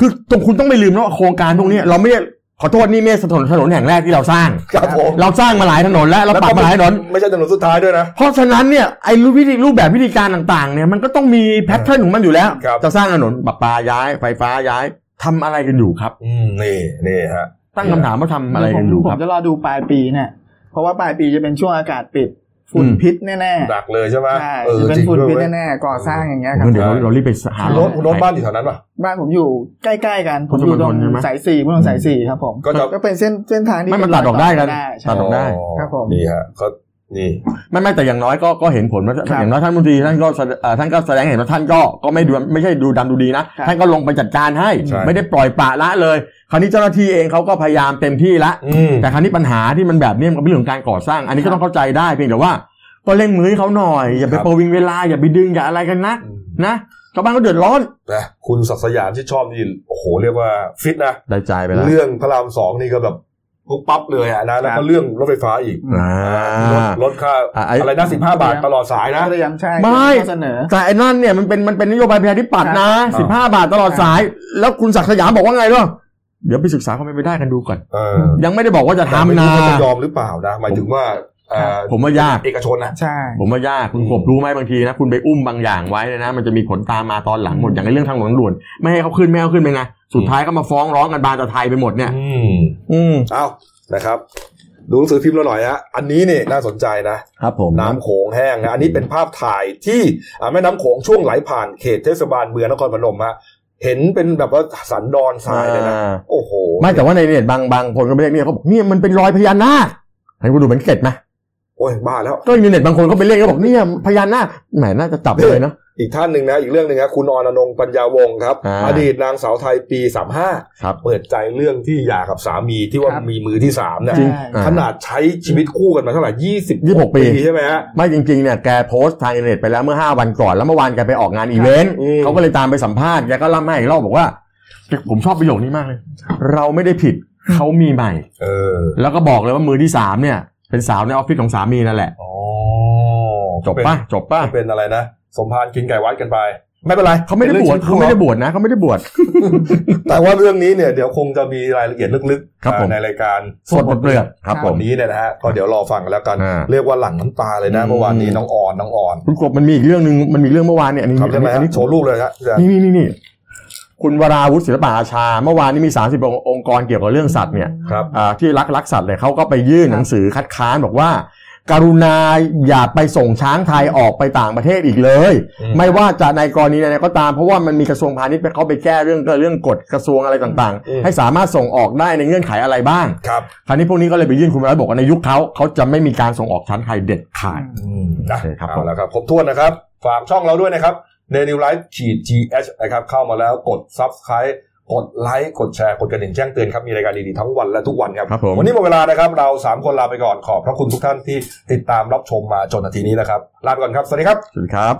Speaker 2: คือตรงคุณต้องไม่ลืมนะว่าโครงการพวกเนี้ยเราไม่ได้ขอโทษนี่ไม่ใช่ถนนถนนแห่งแรกที่เราสร้าง
Speaker 1: ครับผม
Speaker 2: เราสร้างมาหลายถนนแล้วเราปรับมาหลายถนน
Speaker 1: ไม่ใช่ถนนสุดท้ายด้วยนะ
Speaker 2: เพราะฉะนั้นเนี่ยไอ้รูปวิธีรูปแบบวิธีการต่างๆเนี่ยมันก็ต้องมีแพทเทิร์นของมันอยู่แล้ว
Speaker 1: ครับ
Speaker 2: จะสร้างถนนปะปาย้ายไฟฟ้าย้ายทำอะไรกันอยู่ครับ
Speaker 1: อืมนี่นี่ฮะ
Speaker 2: ตั้งคำถามว่าทำอะไร
Speaker 6: ผ
Speaker 2: กั
Speaker 6: ม
Speaker 2: นอยู่
Speaker 6: ผ
Speaker 2: ครั
Speaker 6: ม
Speaker 2: บ
Speaker 6: จะรอดูปลายปีเนี่ยเพราะว่าปลายปีจะเป็นช่วงอากาศปิดฝุ่น
Speaker 2: อืม
Speaker 6: พิษแน่
Speaker 1: หนักเลยใช่ไหม
Speaker 6: ๆใช่
Speaker 1: เออ
Speaker 6: จะเป็น
Speaker 1: จริง
Speaker 6: ฝุ่น
Speaker 1: ด้วย
Speaker 6: พิษ
Speaker 1: เว้ย
Speaker 6: แน่ๆก่อสร้างอย่างเงี้ยค
Speaker 2: งั้
Speaker 6: รับ
Speaker 2: นเดี๋ยวเรา
Speaker 1: ครับ
Speaker 2: เรารีบไปหา
Speaker 1: คุณ
Speaker 2: ร
Speaker 1: โน้
Speaker 2: ถ
Speaker 1: ตคุณโน้ตบ้านอยู่แถวนั้นป่ะ
Speaker 6: บ้านผมอยู่ใกล้ๆกัน
Speaker 2: พุ
Speaker 6: ผ
Speaker 2: ท
Speaker 6: ม
Speaker 2: ธ
Speaker 6: อ
Speaker 2: มณฑล
Speaker 6: ยู่ตรง
Speaker 2: ใช่ไหม
Speaker 6: สายสี่พุทธมณฑลสายสี่ครับผม
Speaker 1: ก็จะ
Speaker 6: ก็เป็นเส้นเส้นทางที่
Speaker 2: ไม่มันตัดออกได้นะ
Speaker 6: ใช่
Speaker 2: ตัดออกได้
Speaker 6: ครับผม
Speaker 1: นี่ฮะก็นี่
Speaker 2: ไม่ไม่แต่อย่างน้อยก็ก็เห็นผลว่า
Speaker 6: ครับ
Speaker 2: อย่างน้อยท่านมนตรีท่านก็แสดเอ่อท่านก็แสดงให้เห็นว่าท่านก็ก็ไม่ดูไม่ใช่ดูดำดูดีนะ
Speaker 6: ครับ
Speaker 2: ท่านก็ลงไปจัดการให้
Speaker 1: ใช่
Speaker 2: ไม่ได้ปล่อยปละละเลย คราวนี้เจ้าหน้าที่เองเขาก็พยายามเต็มที่ละ
Speaker 1: อืม
Speaker 2: แต่คราวนี้ปัญหาที่มันแบบเนี้ยมันเป็นเรื่องของการก่อสร้าง อันนี้ก็ต้องเข้าใจได้เพียงแต่ว่า ก็เร่งมือให้เขาหน่อยอย่าไปประวิงเวลาอย่าไปดึงอย่าอะไรกันนะนะชาวบ้านก็เดือดร้อน
Speaker 1: นะคุณศักดิ์สยามที่ชอบนี่โอ้โหเรียกว่าฟิตนะ
Speaker 2: ได้ใจไปแล้ว
Speaker 1: เรื่องพระรามสองนี่ก็แบบปุ๊บปั๊บเลยอ่ะนะแล้วก็เรื่องรถไฟฟ้าอีก
Speaker 2: อ่า
Speaker 1: ลดลดค่า
Speaker 2: อ่ะไอ้
Speaker 1: อะไรนะสิบห้าบาทตลอดสายนะ
Speaker 6: เตรียมใช่
Speaker 2: ไม่
Speaker 6: ข้อเสนอ
Speaker 2: แต่ไอ้นั่นเนี่ยมันเป็นมันเป็นนโยบายประชาธิปัตย์นะ
Speaker 1: ครับ
Speaker 2: 15 บาทตลอดสาย แล้วคุณศักดิ์สยามบอกว่าไงล่ะเดี๋ยวไปศึกษาเขาไม่ได้กันดูก่อน
Speaker 1: เออ
Speaker 2: ยังไม่ได้บอกว่าจะ
Speaker 1: แต่ไม่
Speaker 2: ทำนะ
Speaker 1: รู้เขาจะยอมหรือเปล่านะหมายถึงว่า เอ่อ
Speaker 2: ผมว่ายาก
Speaker 1: เอกชนนะ
Speaker 6: ใช่
Speaker 2: ผมว่ายากคุณกบรู้ไหมบางทีนะคุณไปอุ้มบางอย่างไว้เนี่ยนะ มันจะมีผลตามมาตอนหลังหมดอย่างไอ้เรื่องทางหลวงด่วนไม่ให้เขาขึ้นไม่ให้เขาขึ้นไปไงสุดท้ายก็มาฟ้องร้องกันบานตะไทยไปหมดเนี่ย
Speaker 1: อืม
Speaker 2: อืม
Speaker 1: เอานะครับ ดูหนังสือพิมพ์เราหน่อยฮะอันนี้เนี่ยน่าสนใจนะ
Speaker 2: ครับผม
Speaker 1: น้ำโขงแห้งนะอันนี้เป็นภาพถ่ายที่อ่าแม่น้ำโขงช่วงไหลผ่านเขตเทศบาลเมืองนครพนมฮะเห็นเป็นแบบว่าสันดอนทรายเลยนะ
Speaker 2: อ่า
Speaker 1: โอ้โห
Speaker 2: ไม่แต่ว่าในเนี่ยบางบางคนก็ไปเรียกเนี่ยเขาบอกเนี่ยมันเป็นรอยพญานาคให้คุณดูเหมือนเกล็ดไหม
Speaker 1: โอ้ยบ้าแล้ว
Speaker 2: ก็ในเน็ตบางคนก็ไปเรียกก็บอกเนี่ยพญานาคแหมน่าจะจับเลยเนาะ
Speaker 1: อีกท่านหนึ่งนะ อีกเรื่องหนึ่งนะคุณอรอนงค์ปัญญาวงศ์ครับ
Speaker 2: อ่า
Speaker 1: อดีตนางสาวไทยปี
Speaker 2: ครับ
Speaker 1: 35 เปิดใจเรื่องที่หย่ากับสามีที่ว่า
Speaker 6: ครับ
Speaker 1: มีมือที่สามเนี่ย
Speaker 2: จริง
Speaker 6: อ่า
Speaker 1: ขนาดใช้ชีวิตคู่กันมาเท่าไหร่
Speaker 2: 26
Speaker 1: 26
Speaker 2: ปี
Speaker 1: ปีใช่ไหมฮะ
Speaker 2: ไม่จริงๆเนี่ยแกโพสต์ทางอินเทอร์เน็ตไปแล้วเมื่อ 5 วันก่อน แล้วเมื่อวานแกไปออกงานอีเวนต์
Speaker 1: อืม
Speaker 2: เขาก็เลยตามไปสัมภาษณ์แกก็เล่าให้อีกรอบบอกว่า ผมชอบประโยคนี้มากเลย เราไม่ได้ผิดเขามีใหม่
Speaker 1: เออ
Speaker 2: แล้วก็บอกเลยว่ามือที่สามเนี่ย เป็นสาวในออฟฟิศของสามีนั่นแหละ
Speaker 1: อ๋อ
Speaker 2: จบป่ะจบป่ะ
Speaker 1: เป็นอะไรนะ สมภารกินไก่วัดกันไป ไม่เป็นไร
Speaker 2: เขาไม่ได้บวชเขาไม่ได้บวชนะเขาไม่ได้บวช
Speaker 1: แต่ว่าเรื่องนี้เนี่ยเดี๋ยวคงจะมีรายละเอียดลึก
Speaker 2: ครับผม
Speaker 1: ในรายการ
Speaker 2: สดหมดเปลือกครับผม
Speaker 1: นี้เนี่ยนะฮะก็เดี๋ยวรอฟังกันแล้วกัน
Speaker 2: อ่า
Speaker 1: เรียกว่าหลั่งน้ำตาเลยนะ
Speaker 2: อืม
Speaker 1: เมื่อวานนี้น้องออนน้องออน
Speaker 2: คุณกบมันมีอีกเรื่องหนึ่งมันมีเรื่องเมื่อวานเนี่ยอันนี้
Speaker 1: ครับ
Speaker 2: อั
Speaker 1: ใช่
Speaker 2: น
Speaker 1: ไหม
Speaker 2: นี้
Speaker 1: ฮะ
Speaker 2: อันนี้
Speaker 1: โชว์รูปเลยฮะ
Speaker 2: นี่นี่นี่นี่คุณวราวุฒิศิลปะอาชา เมื่อวานนี้มี 30 องค์กรเกี่ยวกับเรื่องสัตว์เนี่ย
Speaker 1: ครับ
Speaker 2: อ่าที่รักรักสัตว์เลยเขาก็ไปยื่นหนังสือคัดค้านบอกว่า กรุณาอย่าไปส่งช้างไทยออกไปต่างประเทศอีกเลย
Speaker 1: อืม
Speaker 2: ไม่ว่าจะในกรณีใดๆก็ตามเพราะว่ามันมีกระทรวงพาณิชย์ไปเขาไปแก้เรื่องเรื่องกฎกระทรวงอะไรต่างๆ ให้สามารถส่งออกได้ในเงื่อนไขอะไรบ้าง
Speaker 1: ครับ
Speaker 2: คราวนี้พวกนี้ก็เลยไปยื่นคุณวรัตน์บอกว่าในยุคเขาเขาจะไม่มีการส่งออกช้างไทยเด็ดขาด
Speaker 1: อืมนะ
Speaker 2: โอเคครับ
Speaker 1: เอา
Speaker 2: ผม
Speaker 1: ละครับครบถ้วนนะครับ ฝากช่องเราด้วยนะครับ d a i l y l i f e ขีด gh นะครับ เข้ามาแล้วกด subscribe กดไลค์กดแชร์ กดกระดิ่งแจ้งเตือนครับ มีรายการดีๆทั้งวันและทุกวันครับ
Speaker 2: ครับผม
Speaker 1: วันนี้หมดเวลานะครับ เรา 3 คนลาไปก่อนขอบพระคุณทุกท่านที่ติดตามรับชมมาจนนาทีนี้นะครับ ลาไปก่อนครับ สวัสดีครับ
Speaker 2: สวัสดีครับ